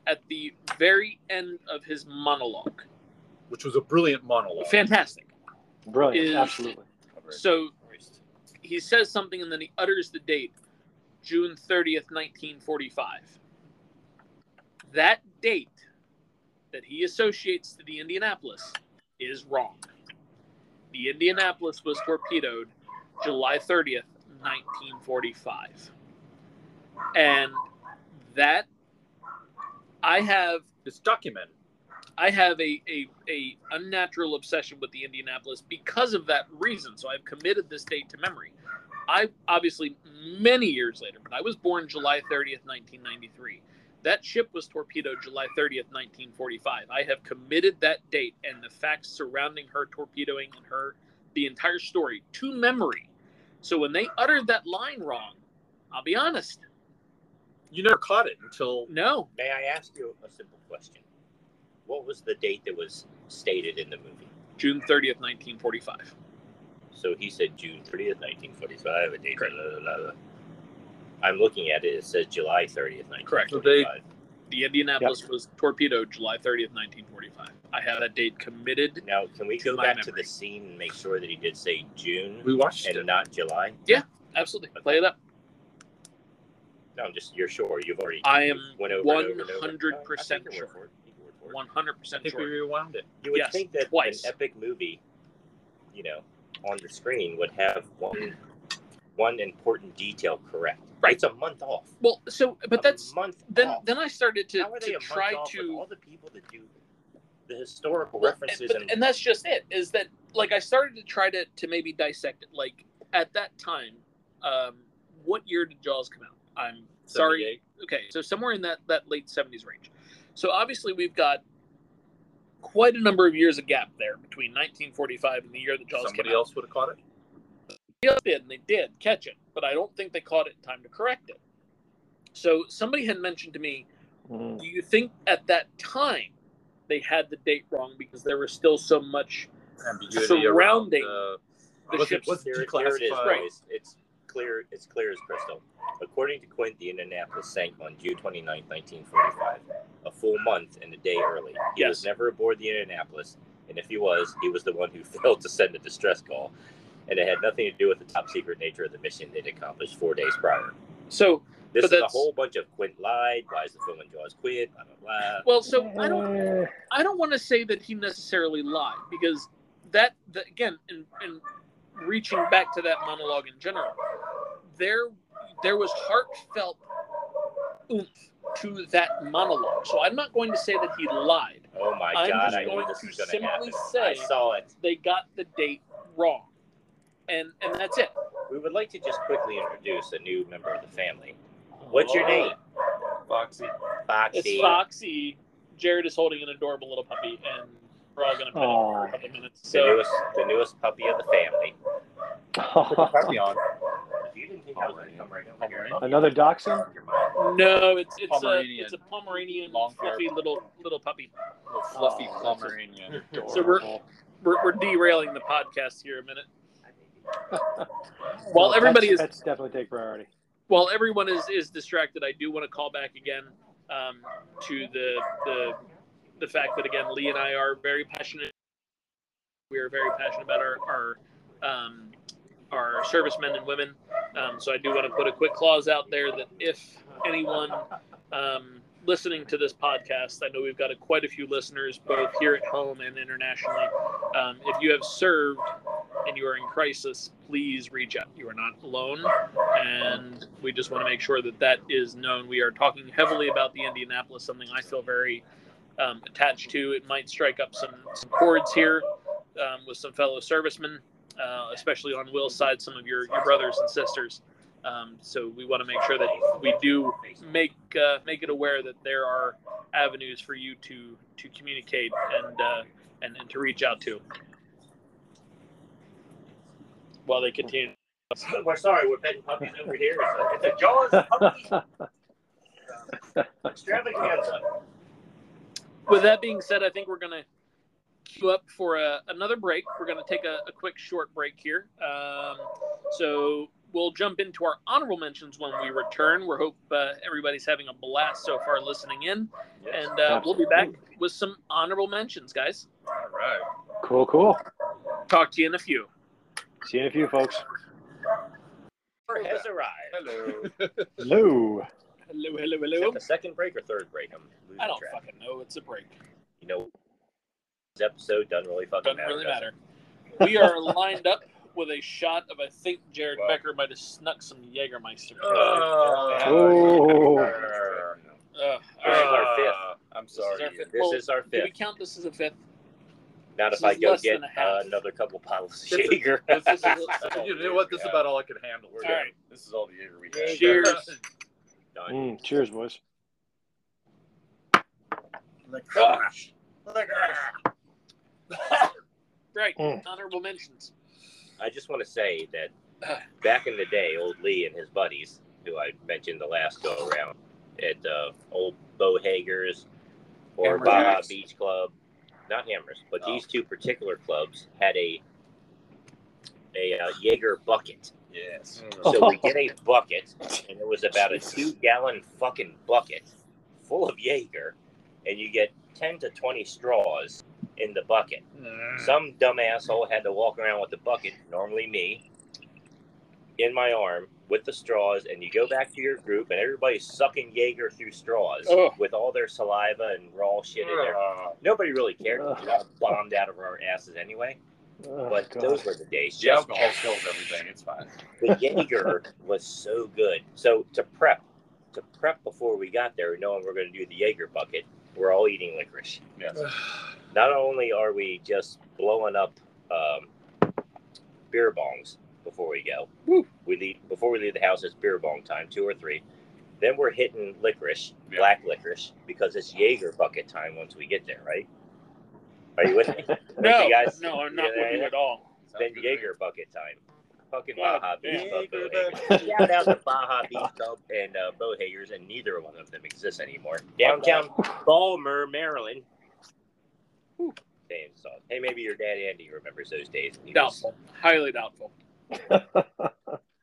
A: at the very end of his monologue,
D: Which was a brilliant monologue.
A: fantastic.
C: Brilliant.
A: is-
C: Absolutely.
A: So he says something and then he utters the date, June thirtieth, nineteen forty-five. That date that he associates to the Indianapolis is wrong. The Indianapolis was torpedoed July 30th, 1945. And that I have
D: It's documented.
A: I have a, a a unnatural obsession with the Indianapolis because of that reason. So I've committed this date to memory. I obviously many years later, but I was born July 30th, 1993. That ship was torpedoed July 30th, 1945. I have committed that date and the facts surrounding her torpedoing and her the entire story to memory. So when they uttered that line wrong, I'll be honest.
D: You never caught it until
A: No,
B: May I ask you a simple question? What was the date that was stated in the movie?
A: June 30th, 1945.
B: So he said June 30th, 1945, a date. blah, blah, blah, blah. I'm looking at it. It says July 30th, 1945.
A: Correct.
D: So they-
A: The Indianapolis was torpedoed July 30th, 1945. I have that date committed.
B: Now, can we
A: To
B: go
A: my
B: back to
A: memory.
B: the scene and make sure that he did say June
D: we watched it.
B: and not July?
A: Absolutely. Play it up.
B: No, I'm just, you're sure. You've already.
A: I am
B: you went over it over and over.
A: 100%
B: I think you're
A: sure.
B: for it. You can work for it.
A: 100%
D: I think we
A: sure.
D: rewound it.
B: You would
A: Yes,
B: think that
A: twice.
B: an epic movie, you know, on the screen would have one one important detail correct.
A: Right.
B: It's a month off.
A: Well, so,
B: A
A: but that's,
B: month.
A: then,
B: off.
A: then I started to,
B: How are they
A: to
B: a
A: try
B: month off with
A: to,
B: all the people that do the historical
A: Well,
B: references
A: and, but- and that's just it, is that, like, I started to try to, to maybe dissect it. Like, at that time, um, what year did Jaws come out? I'm sorry.
D: 78.
A: okay so somewhere in that that late 70s range so obviously we've got quite a number of years of gap there between 1945 and the year that jaws
D: Somebody
A: came out
D: else would have caught it.
A: Somebody else did and they did catch it but i don't think they caught it in time to correct it so somebody had mentioned to me
C: Mhm.
A: do you think at that time they had the date wrong because there was still so much
D: Ambiguity
A: Surrounding
D: around,
A: the
D: uh, was it,
A: ship's
D: was
B: Here,
D: it
B: here it is.
D: declassified?
A: Right.
B: It's, it's clear. It's clear as crystal. According to Quint, the Indianapolis sank on June 29, 1945, a full month and a day early. He
A: Yes.
B: was never aboard the Indianapolis, and if he was, he was the one who failed to send a distress call, and it had nothing to do with the top secret nature of the mission they'd accomplished four days prior.
A: so
B: This
A: But
B: is a
A: that's-
B: whole bunch of Quint lied. Why is the film and Jaws quit? Blah blah blah.
A: well so i don't
C: Eh,
A: I don't want to say that he necessarily lied because that, that again, in, in reaching back to that monologue in general, there there was heartfelt oomph to that monologue. So I'm not going to say that he lied.
B: Oh my
A: I'm
B: God!
A: just
B: I knew
A: going
B: this
A: to
B: was going
A: simply
B: to happen. I
A: say-
B: saw it.
A: They got the date wrong, and and that's it.
B: We would like to just quickly introduce a new member of the family. What's your name?
D: Foxy.
B: Foxy.
A: It's Foxy Jared is holding an adorable little puppy, and we're all gonna pet it for
C: Aw.
A: a couple minutes.
B: The
A: So
B: newest, the newest puppy of the family.
D: Happy on.
B: If you didn't think I was going to come right over here,
C: Another dachshund?
B: Your mom.
A: no, it's it's a
D: Pomeranian.
A: it's a Pomeranian
D: Long hair.
A: fluffy little little puppy.
D: Little fluffy
C: Oh,
D: Pomeranian.
A: So we're we're, we're derailing the podcast here a minute. While
C: No,
A: everybody
C: pets-
A: is
C: pets definitely take priority.
A: while everyone is, is distracted, I do want to call back again um, to the, the the fact that again Lee and I are very passionate. We are very passionate about our our, um, our servicemen and women. Um, so I do want to put a quick clause out there that if anyone um, listening to this podcast, I know we've got a, quite a few listeners both here at home and internationally. Um, if you have served and you are in crisis, please reach out. You are not alone and we just want to make sure that that is known. We are talking heavily about the Indianapolis, something I feel very um, attached to. It might strike up some, some chords here um, with some fellow servicemen, uh, especially on Will's side, some of your, your brothers and sisters. Um, so we want to make sure that we do make uh, make it aware that there are avenues for you to to communicate and uh, and, and to reach out to while they continue
B: We're sorry, we're petting puppies over here. It's a, it's a Jaws puppy extravaganza.
A: with that being said, I think we're going to queue up for a, another break. We're going to take a, a quick short break here. Um, so we'll jump into our honorable mentions when we return. We hope uh, everybody's having a blast so far listening in,
B: Yes.
A: and uh, we'll be back with some honorable mentions, guys.
D: All right.
C: Cool, cool.
A: Talk to you in a few.
C: See you in a few, folks.
B: has arrived.
D: Hello.
C: Lou.
A: Hello, hello,
B: Is
A: hello.
B: it the second break or third break? I'm losing
A: I don't
B: track.
A: fucking know. It's a break.
B: You know, this episode doesn't really fucking
A: Doesn't
B: matter.
A: really
B: does it?
A: matter. We are lined up with a shot of I think Jared
D: Wow.
A: Becker might have snuck some Jägermeister.
C: Oh.
A: Ugh.
B: This is our fifth.
D: I'm
A: our
D: sorry.
A: fifth.
B: This
A: Well,
B: is our
A: Do we
B: fifth.
A: count this as a fifth?
B: Not
A: this
B: if I
A: is
B: go
A: less
B: get
A: than a half.
B: uh, another couple bottles of
D: This is-
B: Jaeger.
A: this is-
B: Oh,
D: you know what? This is about all I can handle.
A: All right.
D: This is all the air we have.
A: Cheers.
B: Done.
C: Mm, cheers, boys.
D: Gosh.
A: Right.
C: Mm.
A: Honorable mentions.
B: I just want to say
D: Uh.
B: that back in the day, old Lee and his buddies, who I mentioned the last go around at uh, old Bo Hager's or
D: Hammers.
B: Baja Beach Club, not Hammers, but
D: Oh.
B: these two particular clubs had a a uh, Jaeger bucket.
D: Yes.
B: So we get a bucket, and it was about a two gallon fucking bucket full of Jaeger, and you get 10 to 20 straws in the bucket. Some dumb asshole had to walk around with the bucket, normally me, in my arm with the straws, and you go back to your group, and everybody's sucking Jaeger through straws
A: Ugh.
B: with all their saliva and raw shit in there. Nobody really cared. We got bombed out of our asses anyway.
C: Oh,
B: But
C: God.
B: those were the days.
D: The
B: Just
D: alcohol kills everything. It's fine.
B: the Jaeger was so good. So to prep, to prep before we got there, knowing we're going to do the Jaeger bucket, we're all eating licorice
D: Yes.
B: not only are we just blowing up um, beer bongs before we go, we leave before we leave the house. It's beer bong time, two or three. Then we're hitting licorice,
D: Yeah.
B: black licorice, because it's Jaeger bucket time once we get there, right? Are you with me?
A: No,
B: you guys-
A: no, I'm not
B: yeah,
A: with you
B: yeah.
A: at all.
B: then
D: Sounds good to
B: Jaeger bucket time. Fucking
A: God
B: Baja Beach Club.
D: Jaeger
B: Bo Hager's. Shout out to Baja Beach Club and uh, Bo Hager's, and neither one of them exists anymore. Downtown Balmer, Maryland. Damn song. Hey, maybe your dad Andy remembers those days. He was-
A: Doubtful. Highly doubtful.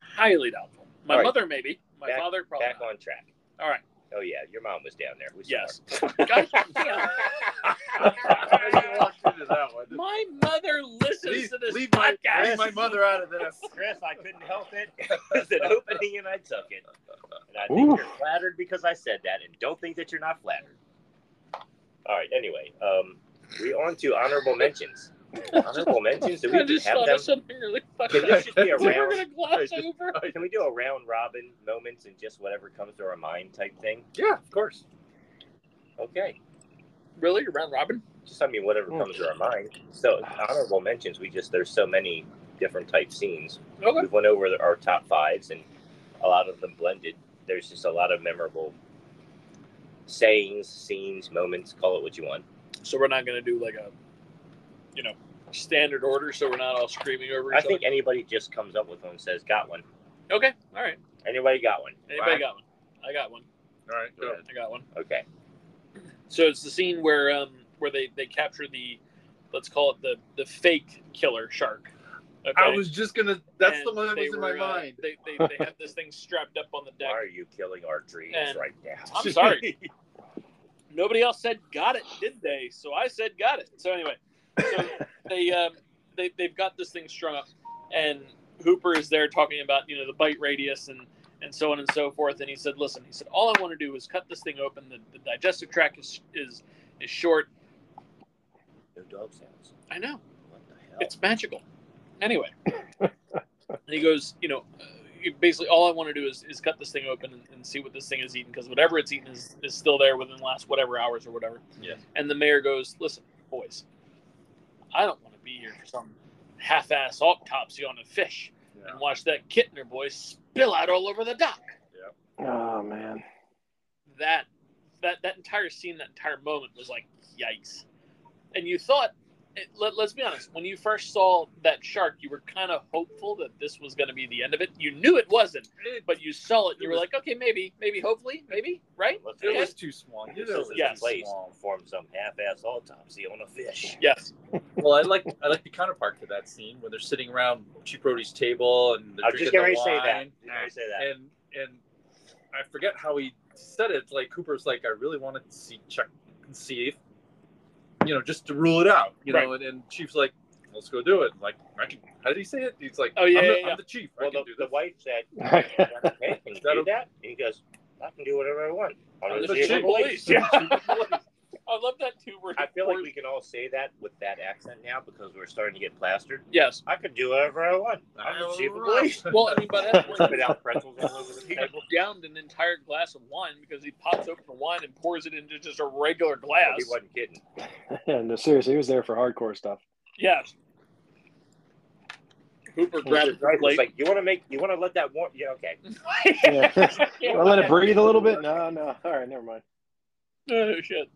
A: Highly doubtful. My
B: All right.
A: mother, maybe. My
B: Back-
A: father, probably.
B: Back on track.
A: All right.
B: Oh yeah, your mom was down there. We saw
A: Yes.
B: her.
A: God damn.
D: me.
A: My mother listens
D: Leave,
A: to this
D: leave, my,
A: podcast.
D: leave my mother out of this.
B: Chris, I couldn't help it. It's an opening, and I took it. And I think
C: Ooh.
B: you're flattered because I said that, and don't think that you're not flattered. All right. Anyway, um, we on to honorable mentions. Honorable mentions. Do we
A: I
B: even
A: just
B: have
A: thought
B: them?
A: of something really fucking.
B: Can this just be a
A: We're
B: round?
A: gonna gloss over.
B: Can we do a round robin moments and just whatever comes to our mind type thing?
D: Yeah, of course.
B: Okay.
A: Really, round robin?
B: Just I mean whatever
A: Hmm.
B: comes to our mind. So honorable mentions. We just there's so many different type scenes.
A: Okay.
B: We've went over our top fives and a lot of them blended. There's just a lot of memorable sayings, scenes, moments, call it what you want.
A: So we're not going to do like a, you know, standard order. So we're not all screaming over
B: I
A: each
B: think anybody just comes up with one and says, Got one.
A: other. Okay. All right.
B: Anybody got one?
A: Anybody
B: Right?
A: got one? I got one.
D: All right, go ahead.
A: I got one.
B: Okay.
A: So it's the scene where um where they they capture the, let's call it the the fake killer shark. Okay.
D: I was just gonna. That's
A: And
D: the one that
A: they
D: was in my
A: were, uh,
D: mind.
A: They, they, they have this thing strapped up on the
B: Why are
A: deck.
B: you killing our dreams
A: And-
B: right now?
A: I'm sorry. Nobody else said got it, did they? So I said got it. So anyway, so they um they they've got this thing strung up, and Hooper is there talking about you know the bite radius and and so on and so forth. And he said, listen, he said all I want to do is cut this thing open. The, the digestive tract is is is short.
B: No dog sounds.
A: I know.
B: What the hell?
A: It's magical. Anyway, and he goes, you know, uh, basically all I want to do is, is cut this thing open and, and see what this thing is eating because whatever it's eating is, is still there within the last whatever hours or whatever.
D: Yeah.
A: And the mayor goes, listen, boys, I don't want to be here for some half-ass autopsy on a fish
D: Yeah.
A: and watch that Kittner boy spill out all over the dock.
C: Oh man.
A: That that that entire scene, that entire moment was like, yikes. And you thought, it, let, let's be honest, when you first saw that shark, you were kind of hopeful that this was going to be the end of it. You knew it wasn't, but you saw it. You were like, okay, maybe, maybe, hopefully, maybe, right?
B: Let's
D: It
A: Okay.
D: was too small. You
B: This
D: know,
B: is
D: it
A: Yes.
B: yes.
D: was
B: place
D: small.
B: perform some half-ass autopsy on a fish.
A: Yes.
D: Well, I like I like the counterpart to that scene when they're sitting around Chief Brody's table and they're
B: I'm just
D: drinking
B: getting ready to
D: the
B: say that.
D: wine.
B: Getting ready to say that.
D: And and I forget how he said it. Like Cooper's like, I really want to see check and see if you know just to rule it out. You know, and, and Chief's like, let's go do it. like I can. How did he say it? He's like,
A: Oh, yeah,
D: I'm, the,
A: yeah, yeah.
D: I'm the chief. I
B: Well,
D: can
B: the,
D: do
B: the
D: this.
B: wife said, "Hey, can you do
D: That'll-
B: that?" And he goes, "I can do whatever I want." I'm
A: I'm
B: the
A: the
B: chief of
A: chief of
B: police.
A: police. Yeah.
D: Chief of police.
A: I love that too. Where
B: I feel like we can all say that with that accent now because we're starting to get plastered.
A: Yes.
B: I can do whatever I want. I'm the chief of police.
A: Well, I mean, by that point,
B: Spit out pretzels all over the
A: he
B: table.
A: downed an entire glass of wine because he pops open the wine and pours it into just a regular
B: Oh,
A: glass.
B: He wasn't kidding.
C: yeah, no, seriously, he was there for hardcore stuff.
A: Yes. Hooper grabbed his
B: Right? It's
A: plate.
B: like you want to make, you want to let that warm. Yeah, okay.
C: Yeah. I let it breathe a little bit. No, no. All right, never mind.
A: Oh, shit.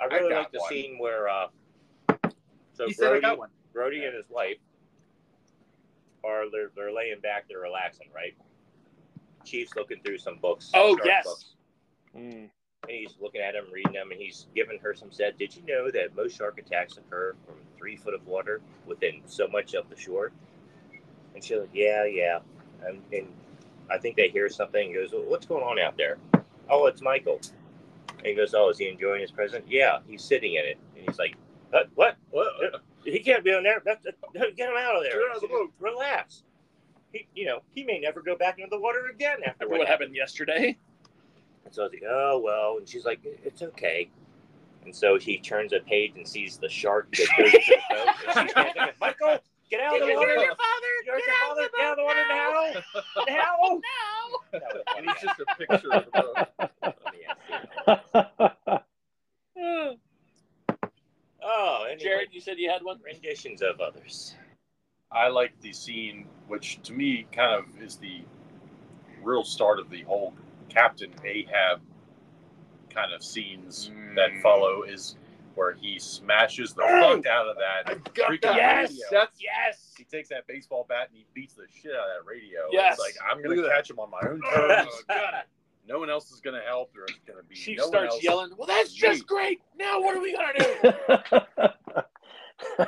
B: I really
D: got
B: like the
D: one.
B: scene where uh, so
D: He said I
B: Brody-
D: got one.
B: Brody and his wife are they're, they're laying back, they're relaxing, right? Chief's looking through some books. some
A: Oh,
B: shark
A: yes.
C: Mm.
B: And he's looking at them, reading them, and he's giving her some said. Did you know that most shark attacks occur from three foot of water within so much of the shore? And she's like, Yeah, yeah. And, and I think they hear something. He goes, well, What's going on out there? Oh, it's Michael. And he goes, Oh, is he enjoying his present? Yeah, he's sitting in it. And he's like, What? What?
D: What?
B: He can't be on there. That's, that- get him out of there.
D: Get out of the boat.
B: Relax. He, you know, he may never go back into the water again after
A: Remember what happened yesterday?
B: And so I was like, oh well. And she's like, it's okay. And so he turns a page and sees the shark that goes to the boat. And she's standing there, Michael, get out of the water. You're your father. Get out of the water now. Now. That was funny.
D: And he's just a picture of the boat.
B: Yeah.
A: Uh,
B: Oh, and
A: Jared, you said you had one?
B: renditions of others.
E: I like the scene, which to me kind of is the real start of the whole Captain Ahab kind of scenes that follow. Is where he smashes the fuck out of that. freaking
D: Yes,
E: radio.
D: that's
B: Yes.
E: He takes that baseball bat and he beats the shit out of that radio.
A: Yes.
E: It's like I'm
D: Look
E: gonna
D: at that.
E: catch him on my own
B: Oh,
E: terms.
A: Uh,
B: God.
E: no one else is gonna help. There's gonna be
A: Chief
E: no one
A: starts
E: else.
A: yelling, Well, that's just great. Now what are we going to do?
D: I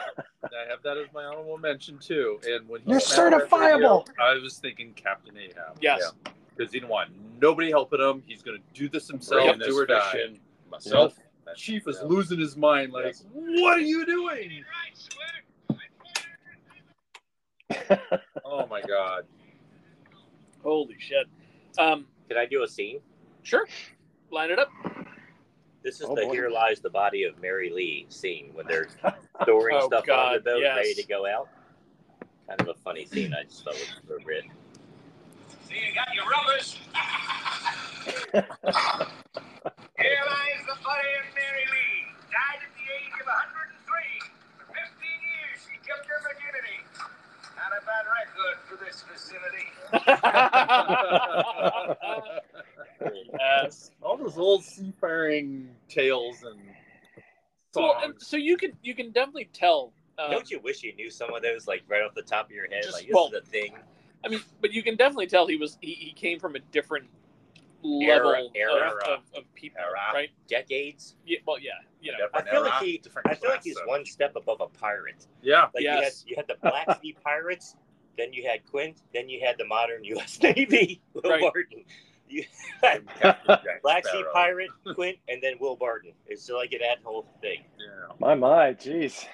D: have that as my honorable mention too. And when he
C: You're
D: smashed that
C: certifiable.
D: radio, I was thinking Captain Ahab.
A: Yes.
D: because he didn't want nobody helping him. He's gonna do this
E: Bring
D: himself,
E: this
D: do or die.
E: fish in Myself.
D: The Chief is
E: Yeah.
D: losing his mind. Like,
E: Yes.
D: what are you doing? oh my god!
A: Holy shit. Um,
B: Did I do a scene?
A: sure. Line it up.
B: This is
C: Oh,
B: the
C: boy.
B: Here Lies the Body of Mary Lee scene when they're storing
A: Oh,
B: stuff on the
A: God,
B: boat
A: yes.
B: ready to go out. Kind of a funny scene. I just thought was appropriate.
F: See, you got your rubbers. Here lies the body of Mary Lee. Died at the age of 103. For 15 years, she kept her virginity. Not a bad record for this vicinity.
A: yes.
D: All those little old seafaring tales and
A: Well, and
D: songs.
A: so you can you can definitely tell. Um,
B: Don't you wish you knew some of those like right off the top of your head?
A: Just-
B: like this
A: well,
B: is a thing.
A: I mean, but you can definitely tell he was he, he came from a different
B: Era-
A: level of-
B: era.
A: of, of people,
D: Era.
A: right?
B: Decades.
A: Yeah, well, yeah, you know,
D: Different
B: I feel like
D: era,
B: he-
D: different
B: I feel like
D: class,
B: he's
D: so-
B: one step above a pirate.
D: Yeah,
B: Like
A: Yes.
B: you had you had the Black Sea Pirates, then you had Quint, then you had the modern U.S. Navy, Will
A: Right.
B: Barton. You had Black Sea Pirate, Quint, and then Will Barton. It's like it had the whole thing.
D: Yeah.
C: My my, jeez.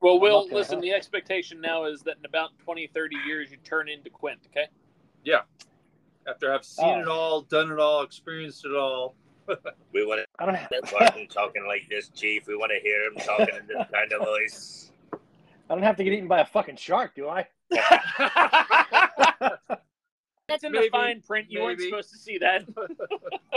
A: Well,
C: I'm
A: Will,
C: not gonna
A: listen,
C: help.
A: the expectation now is that in about 20, 30 years, you turn into Quint, okay?
D: After I've seen
C: Oh.
D: it all, done it all, experienced it all.
B: We want
C: I don't
B: to
C: have, I
B: Barton talking like this, Chief. We want to hear him talking in this kind of voice.
C: don't have to get eaten by a fucking shark, do I?
A: That's in the
D: Maybe,
A: fine print. You weren't
D: maybe.
A: supposed to see that.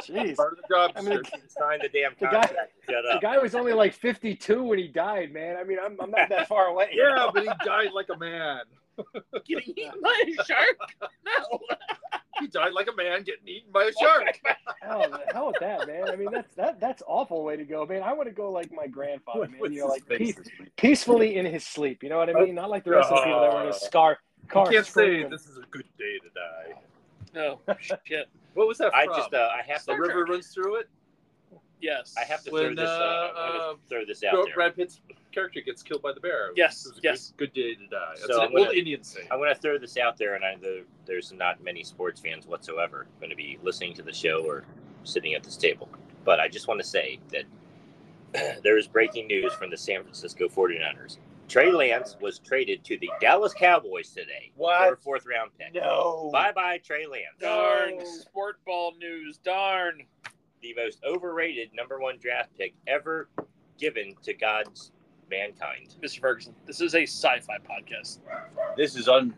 C: Jeez.
D: Part of the job.
C: I mean,
D: description.
B: Sign the damn
C: The guy-
B: contract. Shut
C: The
B: up.
C: guy was only like 52 when he died, man. I mean, I'm, I'm not that far away.
D: yeah, but he died like a man.
A: Getting eaten by a shark? No.
D: He died like a man getting eaten by a shark.
C: How, how about that, man? I mean, that's that that's awful way to go, man. I want to go like my grandfather, man.
D: What's
C: You know,
D: his
C: like
D: face
C: peace,
D: this week?
C: peacefully in his sleep. You know what I mean? Not like the rest of the people that were in a
D: Oh.
C: scar
D: You
C: car.
D: can't say
C: screaming.
D: this is a good day to die.
A: No. Shit.
D: What was that
B: I
D: from?
B: just uh, I have
D: the
A: Star
B: to
D: river
A: Trek.
D: runs through it.
A: Yes.
B: I have to
D: When,
B: throw this uh, I'm
D: uh,
B: gonna
D: uh,
B: throw this out there.
D: Brad Pitt's character gets killed by the bear. It
A: Yes,
D: was a
A: yes.
D: Good, good day to die. That's
B: So
D: an
B: I'm gonna-
D: old Indian saying.
B: I'm going to throw this out there, and I, the, there's not many sports fans whatsoever going to be listening to the show or sitting at this table. But I just want to say that there is breaking news from the San Francisco 49ers. Trey Lance was traded to the Dallas Cowboys today for a
D: What?
B: fourth round pick.
D: No.
B: Bye bye, Trey Lance.
A: Darn
D: No.
A: sport ball news. Darn.
B: The most overrated number one draft pick ever given to God's mankind.
A: Mr. Ferguson, this is a sci fi podcast.
E: This is un.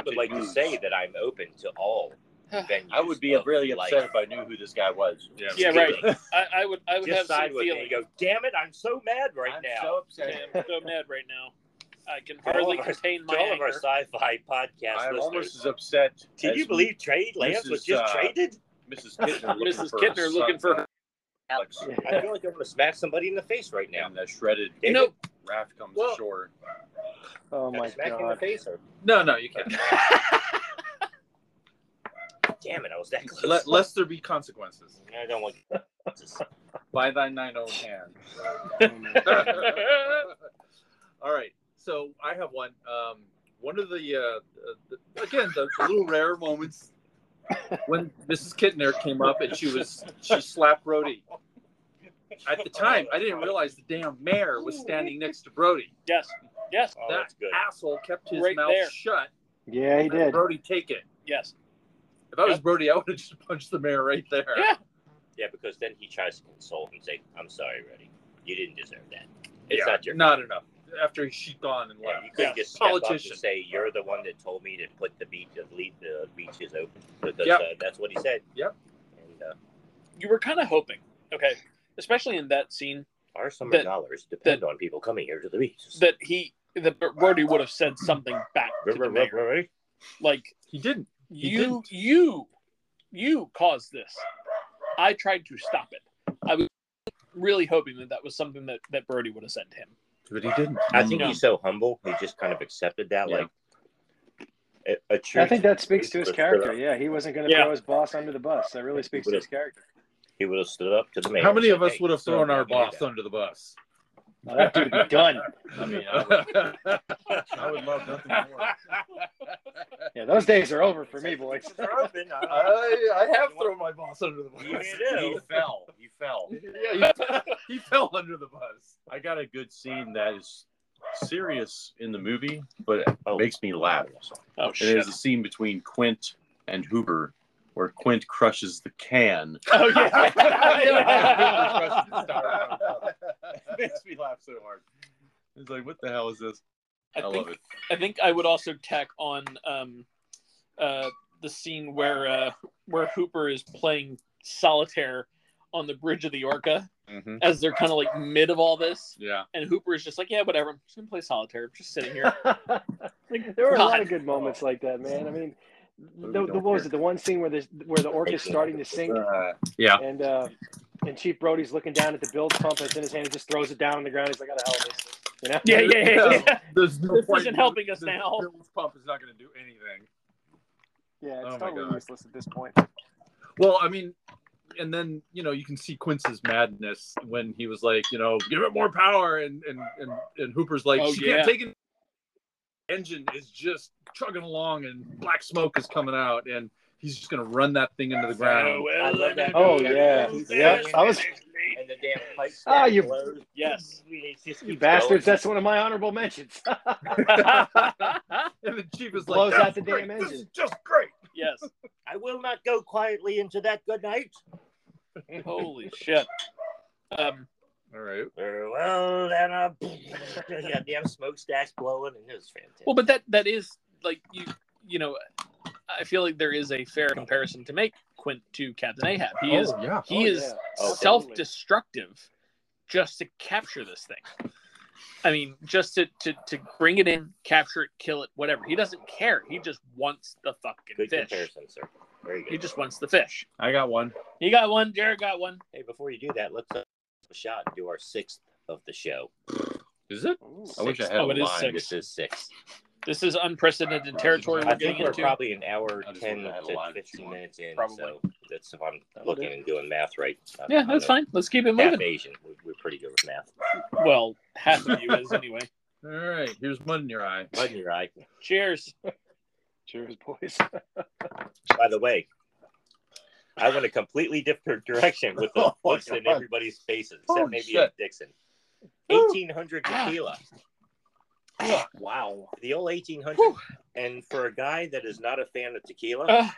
B: I would like to say that I'm open to all venues.
E: I would be
B: of
E: really
B: life.
E: upset if I knew who this guy was.
D: Yeah.
A: Yeah, right. I, I would I would
B: Just
A: have
B: side
A: some
B: with me
A: feeling.
B: and go, damn it, I'm so mad right
E: I'm
B: now.
E: so upset.
A: Okay, I'm so mad right now. I can
B: all
A: hardly
B: of our-
A: contain my
B: to all of our
A: anger.
B: sci-fi podcast
E: I'm almost
B: listeners.
E: as upset.
B: Can
E: as
B: you believe Trey Lance was
E: Mrs.,
B: just
E: uh,
B: traded?
E: Mrs. Kittner looking
A: Mrs.
E: for
A: Kittner looking for her-
E: Alex.
B: I feel like I'm gonna smack somebody in the face right now.
E: And that shredded
A: You know,
E: raft comes
D: Well-
E: ashore.
C: Oh
B: Can I
C: my
B: smack you in the
C: god.
B: face or-
D: No, no, you can't.
B: Damn it, I was that close.
D: Let, lest there be consequences.
B: I don't want.
D: By thy nine own hand.
C: Oh,
D: All right. So I have one. Um, one of the, uh, uh, the again the little rare moments when Mrs. Kittner came up and she was she slapped Brody. At the time, I didn't realize the damn mayor was standing next to Brody.
A: yes. Yes.
B: Oh,
D: that
B: that's good.
D: asshole kept his
A: Right
D: mouth
A: there.
D: shut.
C: Yeah, he
D: and
C: did.
D: Brody take it.
A: Yes.
D: If I was
A: Yep.
D: Brody, I would have just punched the mayor right there.
A: Yeah.
B: Yeah, because then he tries to console and say, "I'm sorry, Reddy. You didn't deserve that. It's
D: Yeah,
B: not your.
D: not enough. After she's gone and
B: Yeah,
D: left,
B: you could
A: Yeah.
B: just step up
D: Politician.
B: and say you're the one that told me to put the beach, the leave the beaches open because
D: Yep.
B: uh, that's what he said.
D: Yep.
B: And uh,
A: You were kind of hoping. Okay. Especially in that scene
B: our summer
A: That-
B: dollars depend on people coming here to the beach.
A: that he that Brody would have said something back to the mayor. Like
D: he didn't. He
A: you
D: didn't.
A: you you caused this i tried to stop it i was really hoping that that was something that that brody would have said to him
D: But he didn't.
B: I think
A: No.
B: he's so humble. He just kind of accepted that,
D: Yeah.
B: like a, a true.
C: I think that speaks to his
B: Mr.
C: character. Yeah, he wasn't going to
A: Yeah.
C: throw his boss under the bus. That really speaks to his character.
B: He would have stood up to the man.
D: How many of us
B: Hey,
D: would have thrown
B: no,
D: our
B: I'm not gonna
D: boss
B: do
D: under the bus?
C: Now, that dude would be done.
E: I mean, I would, I
D: I
E: would love nothing more.
C: Yeah, those days are over
B: that.
C: for me, boys.
B: Are open. I- I-
D: I have thrown my boss under the bus.
B: You
E: He
B: do.
E: fell. He fell.
D: Yeah, he, he fell under the bus.
E: I got a good scene that is serious in the movie, but it
B: Oh.
E: makes me laugh.
A: oh
E: And there's a scene between Quint and Hoover where Quint crushes the can.
A: oh yeah
E: It makes me laugh so hard. It's like, what the hell is this?
A: I
E: I,
A: think-
E: love it.
A: i think i would also tack on um uh the scene where uh where hooper is playing solitaire on the bridge of the orca as they're kind of like mid of all this
D: Yeah.
A: and hooper is just like yeah whatever i'm just gonna play solitaire i'm just sitting here Like,
C: there were a
A: God.
C: lot of good moments like that, man. I mean, the,
E: we
C: the,
E: don't
C: what was
E: care.
C: it? The one scene where the where the orca's starting to sink,
E: Uh,
C: and uh, and Chief Brody's looking down at the build pump that's in his hand. He just throws it down on the ground. He's like, "How the hell is this?" You know?
A: Yeah, yeah, yeah.
D: No.
A: yeah.
D: There's no
A: This
D: point.
A: isn't helping us
D: This
A: now.
D: Bills pump is not going to do anything.
C: Yeah,
D: Oh
C: it's
D: my
C: totally
D: God.
C: useless at this point.
D: Well, I mean, and then you know you can see Quince's madness when he was like, you know, give it more power, and and and, and Hooper's like,
A: Oh,
D: she
A: yeah.
D: can't take it. Engine is just chugging along, and black smoke is coming out, and he's just going to run that thing into the ground.
A: Farewell
B: I love that.
A: and
C: Oh,
A: adieu,
C: yeah.
A: fast
C: Yeah, I was-
A: leaves.
B: And the damn pipe
C: Ah,
B: stack
C: you-
B: blows.
A: Yes.
B: It just
C: You
B: keeps
C: bastards!
B: going.
C: That's one of my honorable mentions.
D: And the chief is
C: Blows
D: like,
C: out
D: "That's
C: the
D: great.
C: damn
D: This
C: engine."
D: is just great.
A: yes.
B: I will not go quietly into that good night.
A: Holy shit. Um,
D: All right.
B: Well, then, uh, yeah, damn smokestacks blowing, and it was fantastic.
A: well, but that that is like you you know, I feel like there is a fair comparison to make Quint to Captain Ahab. He is
D: Oh, yeah.
A: he
C: Oh,
A: is
C: yeah. Absolutely.
A: self-destructive just to capture this thing. I mean, just to, to to bring it in, capture it, kill it, whatever. He doesn't care. He just wants the fucking
B: good
A: fish.
B: comparison, sir. Very good.
A: He just wants the fish.
D: I got one.
A: He got one. Jared got one.
B: Hey, before you do that, let's uh, a shot and do our sixth of the show.
D: Is it? I wish I had
A: Oh,
D: a
A: it is
D: line.
A: six.
B: This is six.
A: This is unprecedented territory
B: I
A: we're
B: think
A: getting
B: we're
A: into.
B: probably an hour
D: I just
B: ten
D: would've had a
B: to
D: line if you
B: fifteen
D: want.
B: minutes in.
A: Probably.
B: So that's if I'm looking and doing math right. I'm-
A: yeah,
B: I'm
A: that's
B: a
A: fine. Let's keep it
B: Half
A: moving.
B: Asian. We- We're pretty good with math.
A: Well, half of you is anyway.
D: All right. Here's mud in your eye.
B: Bud in your eye.
A: Cheers.
C: Cheers, boys.
B: By the way, I went a completely different direction with the
D: Oh, my
B: looks in
D: God.
B: everybody's faces, except
D: Holy
B: maybe
D: shit.
B: Ed Dixon. 1800
A: Ah.
B: tequila.
C: Wow.
B: The old 1800.
A: Whew.
B: And for a guy that is not a fan of tequila
A: Uh,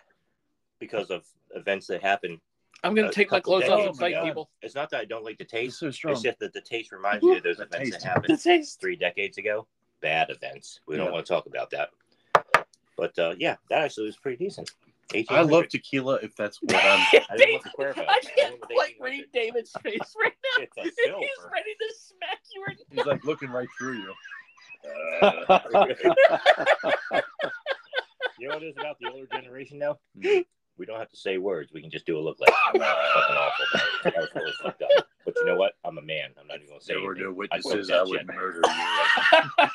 B: because of events that happen,
A: I'm gonna
B: A
A: take my
B: couple
A: clothes off
B: days.
A: and fight
B: Oh my God.
A: people.
B: it's not that I don't like the
D: He's
B: taste.
D: so strong.
B: It's just that the taste reminds me of those
E: The
B: events
E: taste.
B: that happened
A: The taste.
B: three decades ago. Bad events. We don't
D: Yeah.
B: want to talk about that. But uh, yeah, that actually was pretty decent.
E: I
B: 1800.
E: love tequila if that's what I'm.
B: I didn't want the Cuervo.
A: I can't
B: didn't want the
A: like
B: 1800.
A: read David's face right now.
B: It's a
A: He's
B: silver.
A: ready to smack you. In...
E: He's like looking right through you.
B: You know what it is about the older generation now? We don't have to say words. We can just do a look like fucking awful. That was really fucked up. But you know what? I'm a man. I'm not even gonna say.
E: There were
B: anything.
E: no
B: I wouldn't
E: witnesses.
B: touch
E: I would
B: it.
E: murder you.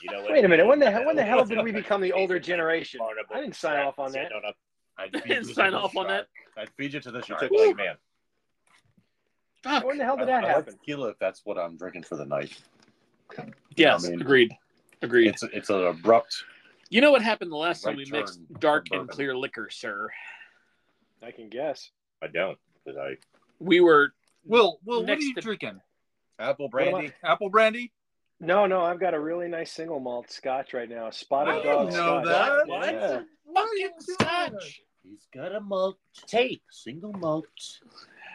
B: You know what?
C: Wait a minute. When the hell, when the hell did we become the older generation? I didn't sign off on that.
B: No, no.
E: I'd
A: I didn't sign off on that.
E: I'd feed you to the
B: You
E: shark.
B: took it like a man.
A: Fuck.
C: When the hell
E: I,
C: did that
E: I like
C: happen?
E: tequila if that's what I'm drinking for the night.
A: Yes,
E: I mean-
A: agreed. Agreed.
E: It's it's an abrupt.
A: you know what happened the last time
E: Right
A: we mixed
E: turn
A: dark
E: from
A: and
E: bourbon.
A: clear liquor, sir?
C: I can guess.
B: I don't because I.
A: We were
D: Will, Will, what are
A: Next
D: you
A: to-
D: drinking?
E: Apple
C: am
E: brandy.
D: Apple brandy?
C: No, no, I've got a really nice single malt scotch right now. a Spotted
D: I
C: dog
D: didn't know
C: scotch.
D: that.
C: Yeah.
A: What?
D: Why are you doing that?
A: Scotch.
E: He's got a malt tape, single malt.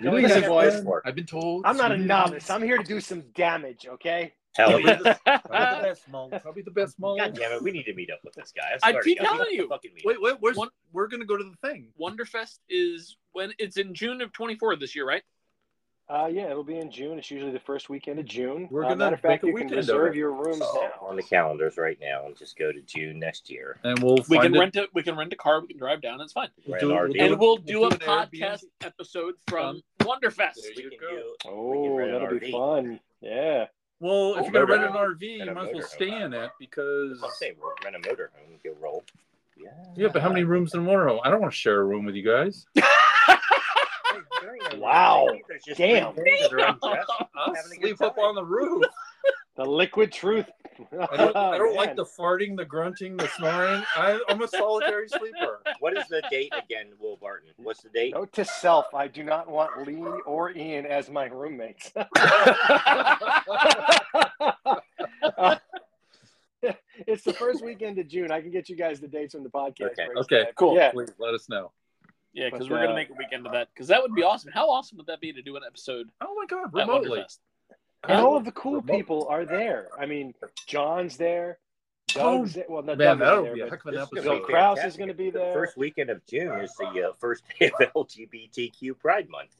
D: Really?
C: Listen,
D: Yeah.
C: boys,
B: Work.
D: I've been told.
C: I'm not a novice. I'm here to do some damage, okay?
B: Hell yeah.
E: Probably the best malt.
D: probably the best malt.
B: God damn it. We need to meet up with this guy.
A: I
B: I'm sorry,
A: keep
B: guys.
A: telling you.
B: Fucking meet up.
D: Wait, wait, where's,
A: One-
D: we're gonna go to the thing.
A: Wonderfest is when it's in June of 24 this year, right?
C: Uh, yeah, it'll be in June. It's usually the first weekend of June.
D: We're
C: Uh,
D: gonna
C: matter of
D: make
C: fact,
D: a
C: you can
D: weekend of
C: reserve
D: it.
C: your rooms now.
B: Oh, on the calendars right now and just go to June next year.
D: And we'll
A: We
D: find
A: can
D: it.
A: rent a we can rent a car. We can drive down. It's fine.
D: We'll
B: Rent
D: do it-
B: our
D: we'll
B: deal.
A: and we'll
D: we'll
A: do
D: do
A: a
D: an
A: podcast episode from Wonderfest.
D: There
B: We
D: you
B: can
D: go.
B: do
C: Oh,
B: rent an
C: that'll
B: RV.
C: be fun. Yeah.
D: Well, if
B: Oh,
D: you're gonna rent
B: motor
D: an RV,
B: and
D: you
B: a
D: might as well
B: motor
D: stay
B: home.
D: in it because.
B: I'll say we'll rent a motor home, go roll. Yeah.
D: Yeah, but how many rooms in a motorhome? I don't want to share a room with you guys.
C: Wow.
B: There's just
C: Damn.
B: three rooms that are undressed.
D: I'll
B: Having a good
D: sleep up
B: time.
D: on the roof.
C: The liquid truth.
D: I don't, I don't like
C: Oh, Man.
D: the farting, the grunting, the snoring. I, I'm a solitary sleeper.
B: What is the date again, Will Barton? What's the date?
C: Note to self, I do not want Lee or Ian as my roommates. it's the first weekend of June. I can get you guys the dates from the podcast.
B: Okay.
C: Brace
D: Okay,
C: that.
A: cool.
C: Yeah.
D: Please let us know.
A: Yeah, because
C: But,
A: we're gonna
C: uh,
A: make a weekend of that. Because that would be awesome. How awesome would that be to do an episode
D: Oh my God,
A: at
D: remotely.
A: Wonderfest?
C: And all of the cool
D: Remote.
C: people are there. I I mean, John's there.
D: Oh,
C: Doug's there. Well, no,
D: Man,
C: Doug isn't
D: that'll
C: there,
D: be a
C: but-
D: heck of an
B: This is gonna
C: Bill
B: be
D: episode.
C: Kraus
B: fantastic.
C: is going to be
B: The
C: there.
B: first weekend of June is the uh, first day of LGBTQ Pride Month.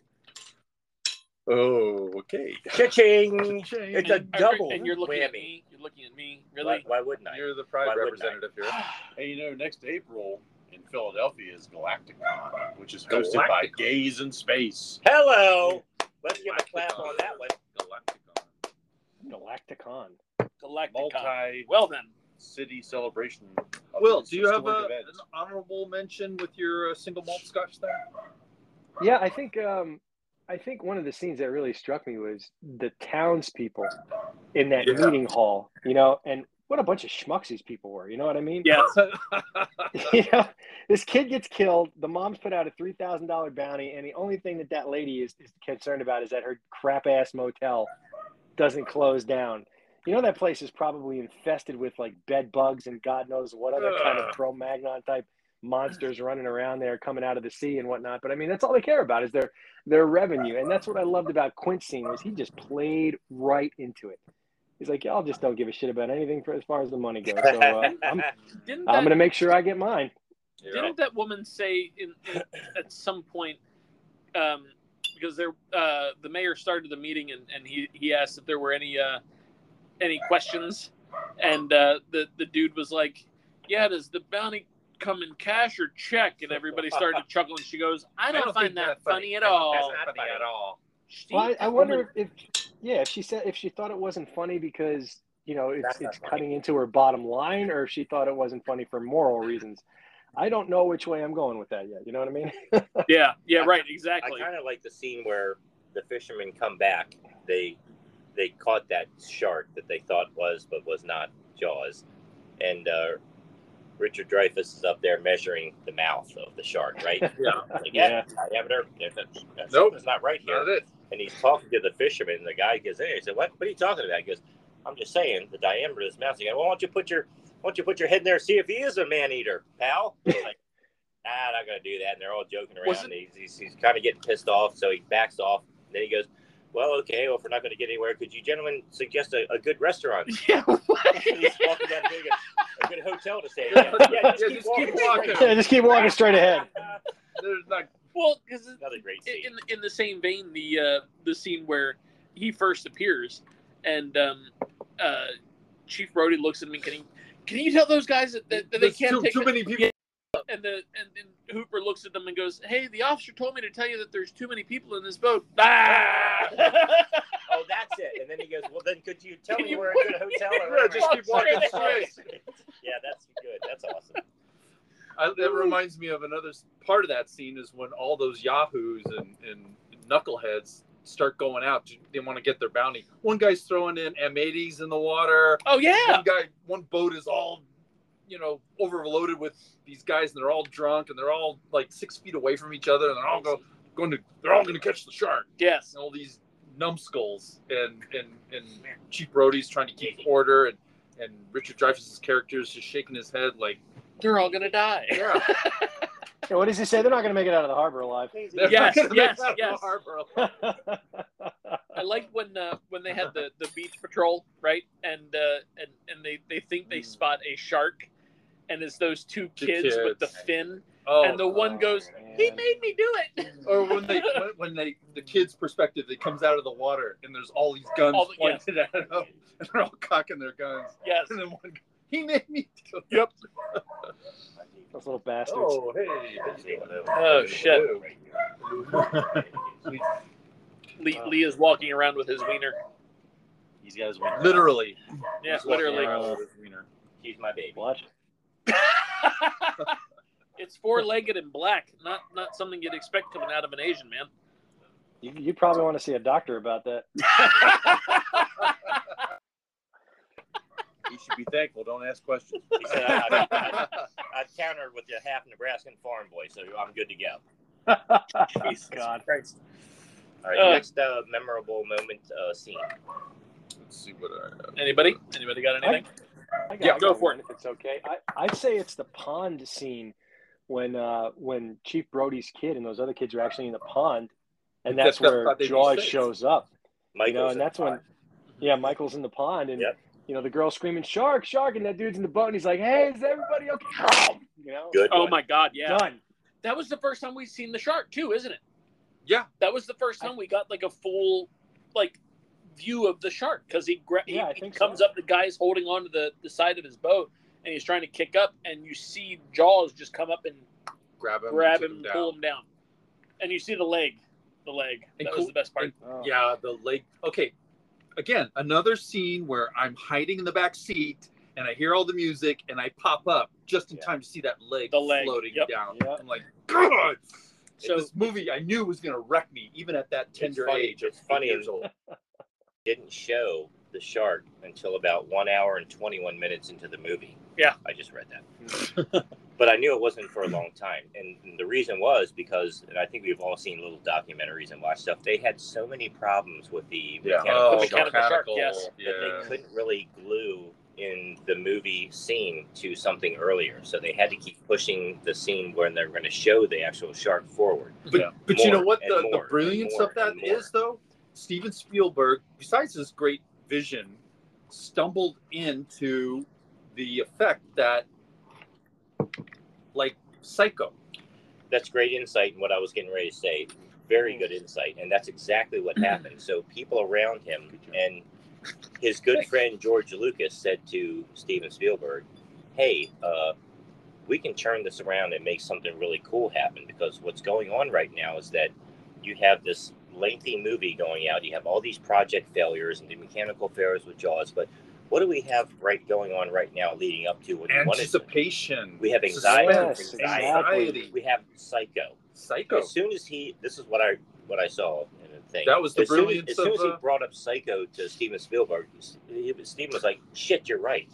D: Oh, okay.
B: Cha-ching! It's a
A: And-
B: double
A: And you're looking at
B: whammy.
A: me. You're looking at me.
B: Why,
A: Really?
B: why wouldn't I?
D: You're the pride
B: Why wouldn't I?
D: representative here.
E: Hey, you know, next April in Philadelphia is Galacticon, which is hosted by
D: Galacticon.
E: Gays in Space.
B: Hello! Let's give a clap on that one.
D: Galacticon.
C: Galacticon.
A: Galacticon.
D: Multi
A: Well then,
E: City celebration. of
D: Will,
E: the
D: do you have
E: 61
D: a, an
E: events.
D: honorable mention with your uh, single malt scotch there?
C: Yeah, I think um, I think one of the scenes that really struck me was the townspeople in that
D: Yeah.
C: meeting hall. You know, and what a bunch of schmucks these people were. You know what I mean?
A: yeah.
C: you know, this kid gets killed. The mom's put out a three thousand dollar bounty, and the only thing that that lady is, is concerned about is that her crap ass motel doesn't close down. You know that place is probably infested with like bed bugs and God knows what other kind of
D: Ugh.
C: Cro Magnon type monsters running around there, coming out of the sea and whatnot. But I mean, that's all they care about is their their revenue, and that's what I loved about Quincy was he just played right into it. He's like, y'all just don't give a shit about anything for as far as the money goes. So uh, I'm,
A: Didn't that,
C: I'm gonna make sure I get mine.
A: didn't that woman say in, in at some point um, because there uh, the mayor started the meeting and, and he, he asked if there were any uh, any questions and uh, the the dude was like yeah does the bounty come in cash or check and everybody started to chuckle and she goes I don't, find that funny, at all
B: That's not funny at all.
A: She-
C: Well, I, I
A: that woman-
C: wonder if, if yeah, if she said if she thought it wasn't funny because you know it's
B: That's not
C: it's
B: funny.
C: cutting into her bottom line, or if she thought it wasn't funny for moral reasons. I don't know which way I'm going with that yet. You know what I mean?
A: yeah yeah
B: I-
A: right
B: I
A: exactly
B: kind of like the scene where the fishermen come back. They they caught that shark that they thought was but was not Jaws, and uh, Richard Dreyfuss is up there measuring the mouth of the shark. Right?
D: Yeah.
B: Like,
C: Yeah.
B: yeah. I haven't heard. That's, that's, that's-
D: Nope.
B: It's not right here.
D: Not it.
B: And he's talking to the fisherman, and the guy goes, "Hey," he said, "What? What are you talking about?" He goes, "I'm just saying the diameter of his mouth." He goes, "Well, why don't you put your why don't you put your head in there and see if he is a man eater, pal?" He's like, "Nah, not gonna do that." And they're all joking around.
A: Was
B: and He's, he's, he's kind of getting pissed off, so he backs off. And then he goes, "Well, okay. Well, if we're not gonna get anywhere, could you gentlemen suggest a, a good restaurant?"
A: yeah
B: And he's walking down to a, a good hotel to stay. at. Yeah, yeah, just
D: Yeah,
B: keep
D: just
B: walking.
D: keep walking.
C: yeah, just keep walking straight ahead.
D: There's like,
A: well because
B: Another great scene.
A: in in the same vein, the uh, the scene where he first appears, and um, uh, Chief Brody looks at him and can he, can you tell those guys that, that, that they
D: there's
A: can't
D: too,
A: take
D: too
A: the-
D: many people.
A: And the and, and Hooper looks at them and goes, "Hey, the officer told me to tell you that there's too many people in this boat." Ah!
B: oh, that's it. And then he goes, "Well, then could you tell
A: Can
B: me
A: you
B: where a
A: put-
B: good hotel?" or
D: Yeah, just keep walking
B: restaurant
D: straight.
B: is?" Yeah, that's good. That's awesome.
D: I, that reminds me of another s- part of that scene is when all those yahoos and, and knuckleheads start going out. to- They want to get their bounty. One guy's throwing in M80s in the water.
A: oh yeah,
D: One guy, one boat is all, you know, overloaded with these guys, and they're all drunk, and they're all like six feet away from each other, and they're all go, going to, they're all going to catch the shark.
A: yes,
D: And all these numbskulls, and and and Chief Brody's trying to keep order, and and Richard Dreyfuss's character is just shaking his head like,
A: they're all gonna die.
D: yeah.
C: Yeah, what does he say? They're not gonna make it out of the harbor alive.
D: They're
A: Yes,
D: not gonna
A: yes,
D: make that
A: yes.
D: harbor.
A: I liked when uh, when they had the, the beach patrol, right? And uh, and and they, they think they
D: Mm.
A: spot a shark, and it's those two
D: The
A: kids, with the
D: kids.
A: fin,
D: Oh,
A: and the one goes, "He made me do it."
D: or when they when, when they the kid's perspective, it comes out of the water, and there's all Oh. these guns
A: All the- yes.
D: pointed at them, and they're all cocking their guns.
A: Yes,
D: And then one, guy, he made me. Do it."
A: Yep.
C: Those little bastards.
D: Oh hey.
A: Oh, shit. Lee,
C: Wow.
A: Lee is walking around with his wiener.
E: He's got his wiener.
D: Literally.
A: Yeah,
D: He's walking
A: literally.
D: around with his wiener.
B: He's my baby.
C: Watch.
A: it's four legged and black. Not not something you'd expect coming out of an Asian man.
C: You, you probably want to see a doctor about that.
E: You should be thankful. Don't ask questions.
B: He said, I, I, I countered with the half Nebraskan farm boy, so I'm good to go.
A: Jesus
C: God.
A: Christ.
B: All right,
A: Uh,
B: next uh, memorable moment uh, scene.
D: Let's see what I have.
A: Anybody? Anybody got anything?
C: I
A: Yeah,
C: I
A: go for
C: one If it's okay, I, I'd say it's the pond scene when uh, when Chief Brody's kid and those other kids are actually in the pond, and
D: That's
C: that's
D: not
C: where
D: thought they'd be
C: Jaws
D: safe.
C: shows up.
B: Michael's
C: you know, and
B: in
C: that's
B: the
C: when, yeah, Michael's in the pond, and
B: Yep.
C: you know the girl screaming shark, shark, and that dude's in the boat, and he's like, "Hey, is everybody okay?" You know,
B: Good.
A: Oh
B: one.
A: my God! Yeah,
C: done.
A: that was the first time we've seen the shark too, isn't it?
D: Yeah.
A: That was the first time we got like a full like view of the shark because he, gra- he,
C: Yeah, I
A: he
C: think
A: comes
C: so.
A: up. The guy's holding onto the the side of his boat and he's trying to kick up, and you see Jaws just come up and
D: Grab him.
A: grab
D: take
A: him,
D: down.
A: pull him down, and you see the leg. the leg.
D: And
A: That
D: cool-
A: was the best part.
C: Oh.
D: Yeah, the leg. Okay, again, another scene where I'm hiding in the back seat and I hear all the music and I pop up just in
C: Yeah.
D: time to see that leg,
A: The leg,
D: floating
A: yep.
D: down.
C: Yep.
D: I'm like, God.
A: So-
D: So this movie, I knew was gonna wreck me, even at that tender
B: funny-
D: age. of
B: it's funny
D: eight years old.
B: didn't show the shark until about one hour and 21 minutes into the movie.
A: Yeah.
B: I just read that. but I knew it wasn't for a long time. And and the reason was because, and I think we've all seen little documentaries and watched stuff, they had so many problems with the
E: Yeah.
B: mechanical
A: Oh,
B: shark
A: mechanical shark,
D: mechanical,
A: yes.
B: that they
D: Yeah.
B: couldn't really glue in the movie scene to something earlier. So they had to keep pushing the scene when they're going to show the actual shark forward.
D: But,
E: Yeah.
D: but you know
B: More
D: what?
B: and
D: The,
B: more
D: the brilliance
B: and more
D: of that
B: and more.
D: is, though, Steven Spielberg, besides his great vision, stumbled into the effect that, like, Psycho.
B: that's great insight and what I was getting ready to say. Very good insight, and that's exactly what happened. So people around him and his good friend George Lucas said to Steven Spielberg, "Hey, uh, we can turn this around and make something really cool happen because what's going on right now is that you have this lengthy movie going out. You have all these project failures and the mechanical failures with Jaws, but what do we have right going on right now leading up to what you wanted? to-
D: Anticipation.
B: We have anxiety.
D: suspense,
B: anxiety.
D: anxiety.
B: We have Psycho."
D: Psycho.
B: As soon as he, this is what I what I saw in the thing.
D: That was the
B: as soon as-
D: brilliance
B: As soon as,
D: of,
B: he
D: uh,
B: brought up Psycho to Steven Spielberg, he- Steven was like, "Shit, you're right.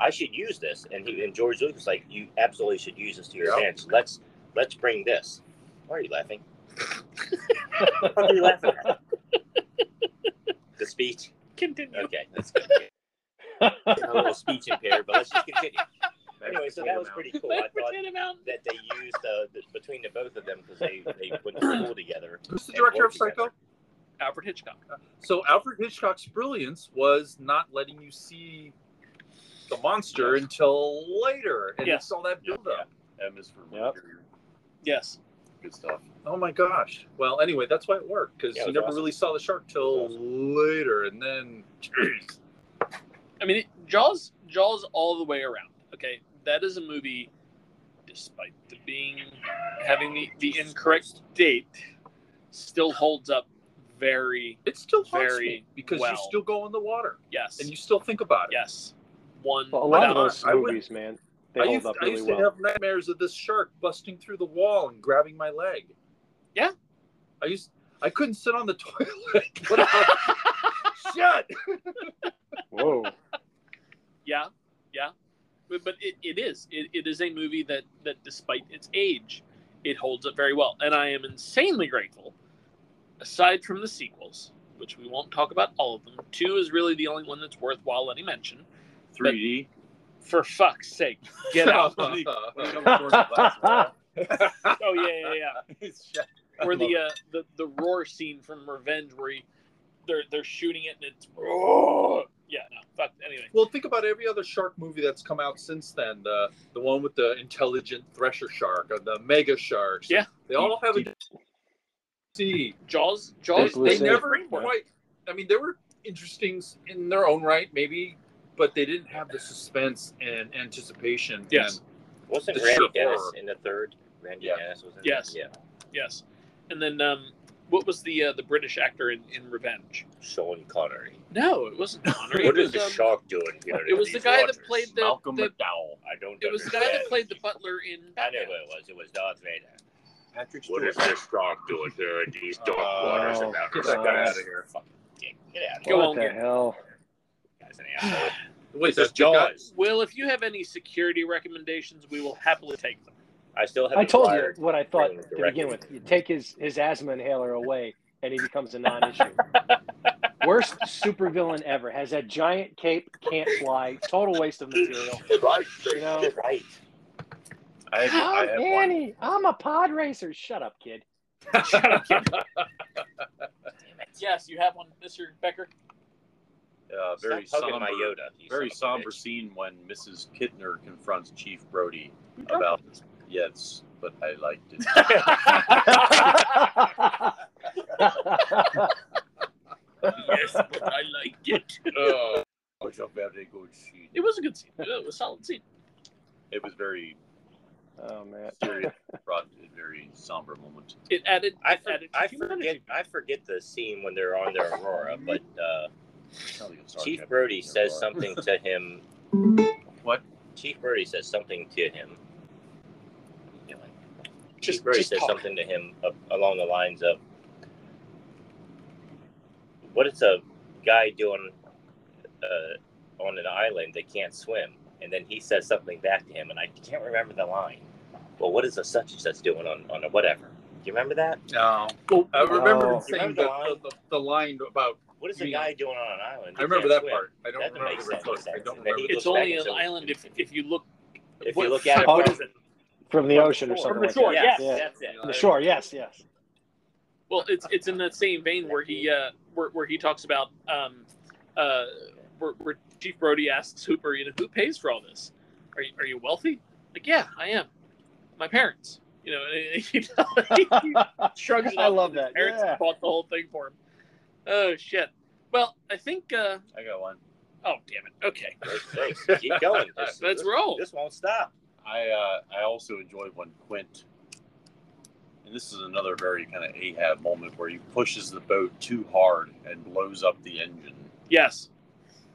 B: I should use this." And he and George Lucas was like, "You absolutely should use this to your
D: Yeah.
B: advantage. Let's let's bring this." Why are you laughing? What are you laughing at? the speech.
A: Continue.
B: Okay, that's good. I'm a little speech impaired, but let's just continue. Anyway, so that was pretty cool. I thought
A: Potato Mountain.
B: that they used uh, the, between the both of them because they, they went to school together.
D: Who's the director of Psycho?
A: Alfred Hitchcock.
D: So Alfred Hitchcock's brilliance was not letting you see the monster until later, and
A: Yeah.
D: it's all that
E: Yeah,
D: buildup.
E: yeah. M is for
C: Yep.
E: Mercury.
A: Yes.
E: Good stuff.
D: Oh my gosh. Well, anyway, that's why it worked because
B: Yeah, it
D: you
B: was
D: never
B: awesome.
D: really saw the shark till later, and then jeez.
A: I mean, it, Jaws, Jaws all the way around. Okay, that is a movie, despite the being having the, the incorrect date, still holds up very
D: it still haunts
A: Very
D: me because
A: well.
D: you still go in the water
A: yes,
D: and you still think about it.
A: yes, one.
C: Well, a lot of
A: without-
C: those
D: I would-
C: movies, man, they
D: I
C: hold
D: used,
C: up
D: I
C: really
D: used
C: well.
D: to have nightmares of this shark busting through the wall and grabbing my leg.
A: Yeah.
D: I used I couldn't sit on the toilet. What about- Shit.
C: Whoa.
A: Yeah, yeah, but, but it, it is it, it is a movie that that despite its age, it holds up very well, and I am insanely grateful. Aside from the sequels, which we won't talk about all of them, two is really the only one that's worthwhile any mention.
E: 3D.
A: For fuck's sake, get out! oh yeah, yeah, yeah. or the uh, the the roar scene from Revenge where he, they're they're shooting it and it's roar. Yeah, no, fuck. Anyway,
D: Well, think about every other shark movie that's come out since then. The the one with the intelligent thresher shark or the mega sharks.
A: Yeah.
D: they all have a see.
A: Jaws,
D: They,
A: Jaws,
C: Blue
D: they
C: Sea.
D: never quite. I mean, they were interesting in their own right, maybe, but they didn't have the suspense and anticipation.
A: Yes.
B: Wasn't
D: The
B: Randy
D: Sure.
B: Dennis in the third? Randy
D: Yeah.
B: Dennis was in
A: Yes.
B: it? Yeah.
A: yes. And then um, what was the uh, the British actor in, in Revenge?
B: Sean Connery.
A: No, it wasn't Connery.
B: What
A: it
B: is
A: was,
B: the
A: um,
B: shark doing here?
A: It was the guy that played the,
E: Malcolm
A: the
E: McDowell.
B: I don't
A: it was the guy that played the butler in.
B: I know
A: Batman.
B: who it was. It was Darth Vader.
E: Patrick
B: What is this shark doing here in these dark
E: Oh,
B: waters about
D: get
B: to
D: that guy
B: out
D: outta
B: of here? Fucking dick. Get out of
A: Go
B: here.
C: what
A: on,
C: the
A: get-
C: hell?
B: Guy's an asshole.
D: Wait,
B: This is
D: that's Jaws.
B: Jaws.
A: Will, if you have any security recommendations, we will happily take them.
B: I still have
C: I told you
B: acquired-
C: what I thought
B: Bring
C: to
B: the
C: begin with.
B: record.
C: You take his, his asthma inhaler away, and he becomes a non-issue. Worst supervillain ever. Has that giant cape, can't fly, total waste of material.
B: Right.
C: You know?
B: Right.
E: I have, I have one.
C: I'm a pod racer. Shut up, kid.
A: Shut up, kid. yes, you have one, Mister Becker.
E: Uh, very
B: Stop
E: somber,
B: poking my Yoda. you
E: very
B: son of a
E: somber
B: bitch.
E: scene when Mrs. Kittner confronts Chief Brody
A: We
B: Mm-hmm.
A: talked
E: about
A: this.
E: yes, but I liked it.
A: yes, but I like it.
E: oh, it was a very good scene.
A: It was a good scene. It was a solid scene.
E: It was very
C: oh man.
E: serious, brought very somber moment.
A: It added.
B: I, for,
A: added
B: I
A: humanity.
B: forget I forget the scene when they're on their Aurora, but uh,
E: Tell you, it's
B: Chief
E: sarcasm.
B: Brody says
E: Aurora.
B: something to him.
D: What?
B: Chief Brody says something to him. Chief
A: Just,
B: Brody
A: just
B: says
A: talk.
B: something to him a- along the lines of, "What is a guy doing uh, on an island that can't swim?" And then he says something back to him, and I can't remember the line. Well, what is a such and such doing on on a whatever? Do you remember that?
D: No.
A: Well,
D: I remember
C: No.
D: him saying
B: Oh, Remember
D: the,
B: the
D: the, the, the line about.
B: What is a
D: Me.
B: guy doing on an island?
D: I
B: that
D: remember
B: can't
D: that
B: swim?
D: part. I don't
B: That doesn't
D: remember
B: make
D: the rest.
B: sense.
D: I don't
B: And then he
D: remember.
A: it's
B: goes back
A: only
B: and
A: an
B: says-
A: island if, if you look.
B: If
A: what-
B: you look at it,
A: how
B: from-
A: is it?
B: From
C: From the
B: the
C: ocean or
B: shore.
C: something
A: From the
C: like
A: shore,
B: yes,
C: that. Yeah.
B: that's it.
C: From the shore, yes, yes.
A: Well, it's it's in that same vein where he uh, where, where he talks about um, uh, where, where Chief Brody asks Hooper, you know, who pays for all this? Are you, are you wealthy? Like, yeah, I am. My parents. You know, and he, he shrugs it
C: I
A: off
C: love
A: his
C: that,
A: Parents
C: yeah.
A: bought the whole thing for him. Oh shit. Well, I think. Uh,
D: I got one.
A: oh damn it. Okay,
B: Thanks. Keep going. This,
A: let's
B: this,
A: roll.
B: this won't stop.
E: I uh, I also enjoyed when Quint, and this is another very kind of Ahab moment where he pushes the boat too hard and blows up the engine,
A: Yes.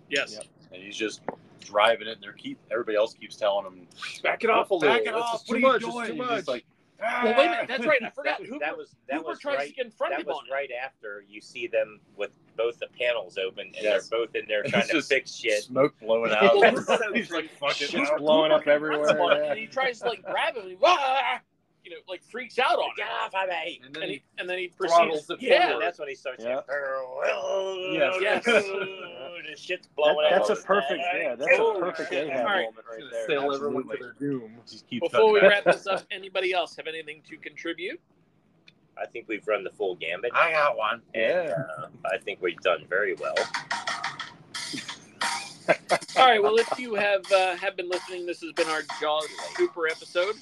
A: Yes.
C: Yep.
E: and he's just driving it, and they're keep everybody else keeps telling him,
D: Back it off a little.
E: back it
D: This
E: off,
D: is
E: what are you
D: too much.
E: doing?
D: It's too
E: He's
D: much.
E: just like,
A: Well, wait a minute. That's right. I forgot.
B: That,
A: Hooper,
B: that was that
A: Hooper
B: was
A: tries
B: right.
A: to get in front
B: That
A: of him
B: was
A: on it.
B: right after you see them with both the panels open and
E: Yes.
B: they're both in there trying
E: It's
B: to
E: just
B: fix shit.
E: smoke blowing out.
A: Well,
E: he's
A: Hooper-
E: like, fuck it.
C: Shit's
E: now."
C: blowing up
A: runs him on it,
C: everywhere.
A: and he tries to like grab him, and he, "Wah!" you know, like freaks out on
B: Get
A: it,
B: off of me!
D: And
A: and,
D: then he
A: he, and then he
D: throttles
A: proceeds.
D: the
A: Yeah,
B: that's when he starts.
C: Yeah.
B: saying, Farewell.
A: Yes.
B: This shit's blowing
C: That-
B: up.
C: that's a perfect, yeah, that's a
A: Oh,
C: perfect
A: shit.
C: Ahab
A: All right.
C: moment right
D: gonna
C: there.
D: sail everyone to
C: Absolutely.
D: their doom.
E: Just keep
A: Before we
E: cutting it.
A: wrap this up, anybody else have anything to contribute?
B: I think we've run the full gambit.
D: I got one.
B: And, uh, I think we've done very well.
A: All right. Well, if you have uh, have been listening, this has been our Jaws Super episode.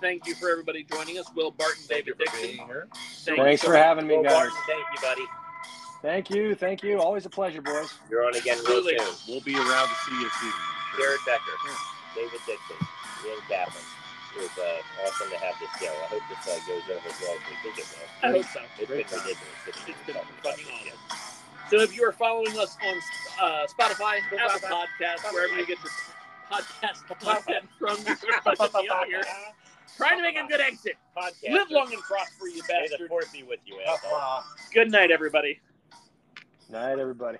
A: Thank you for everybody joining us. Will Barton,
D: Thank you
A: David
D: for
A: Dixon.
D: being here.
A: Thank you
C: Thanks
A: so
C: for
A: much.
C: having me,
B: Well,
C: guys.
B: Barton, thank you, buddy.
C: Thank you, thank you. Always a pleasure, boys.
B: You're on again real
A: Absolutely.
B: soon.
E: We'll be around to see you soon.
B: Jared Becker, David Dixon, Ian Gatlin. It was uh, awesome to have this show. I hope this uh, goes over as well as we think it
A: I
B: will.
A: hope so.
B: It's been ridiculous. It's
A: It's been fucking awesome. So if you are following us on uh, Spotify, Apple Podcasts, wherever you get this podcast content from, you're fucking me up here. Trying to make a good exit.
B: Podcast.
A: Live long and prosper, you
B: May the
A: bastard.
B: fourth be with you, asshole.
A: Good night, everybody.
C: Night, everybody.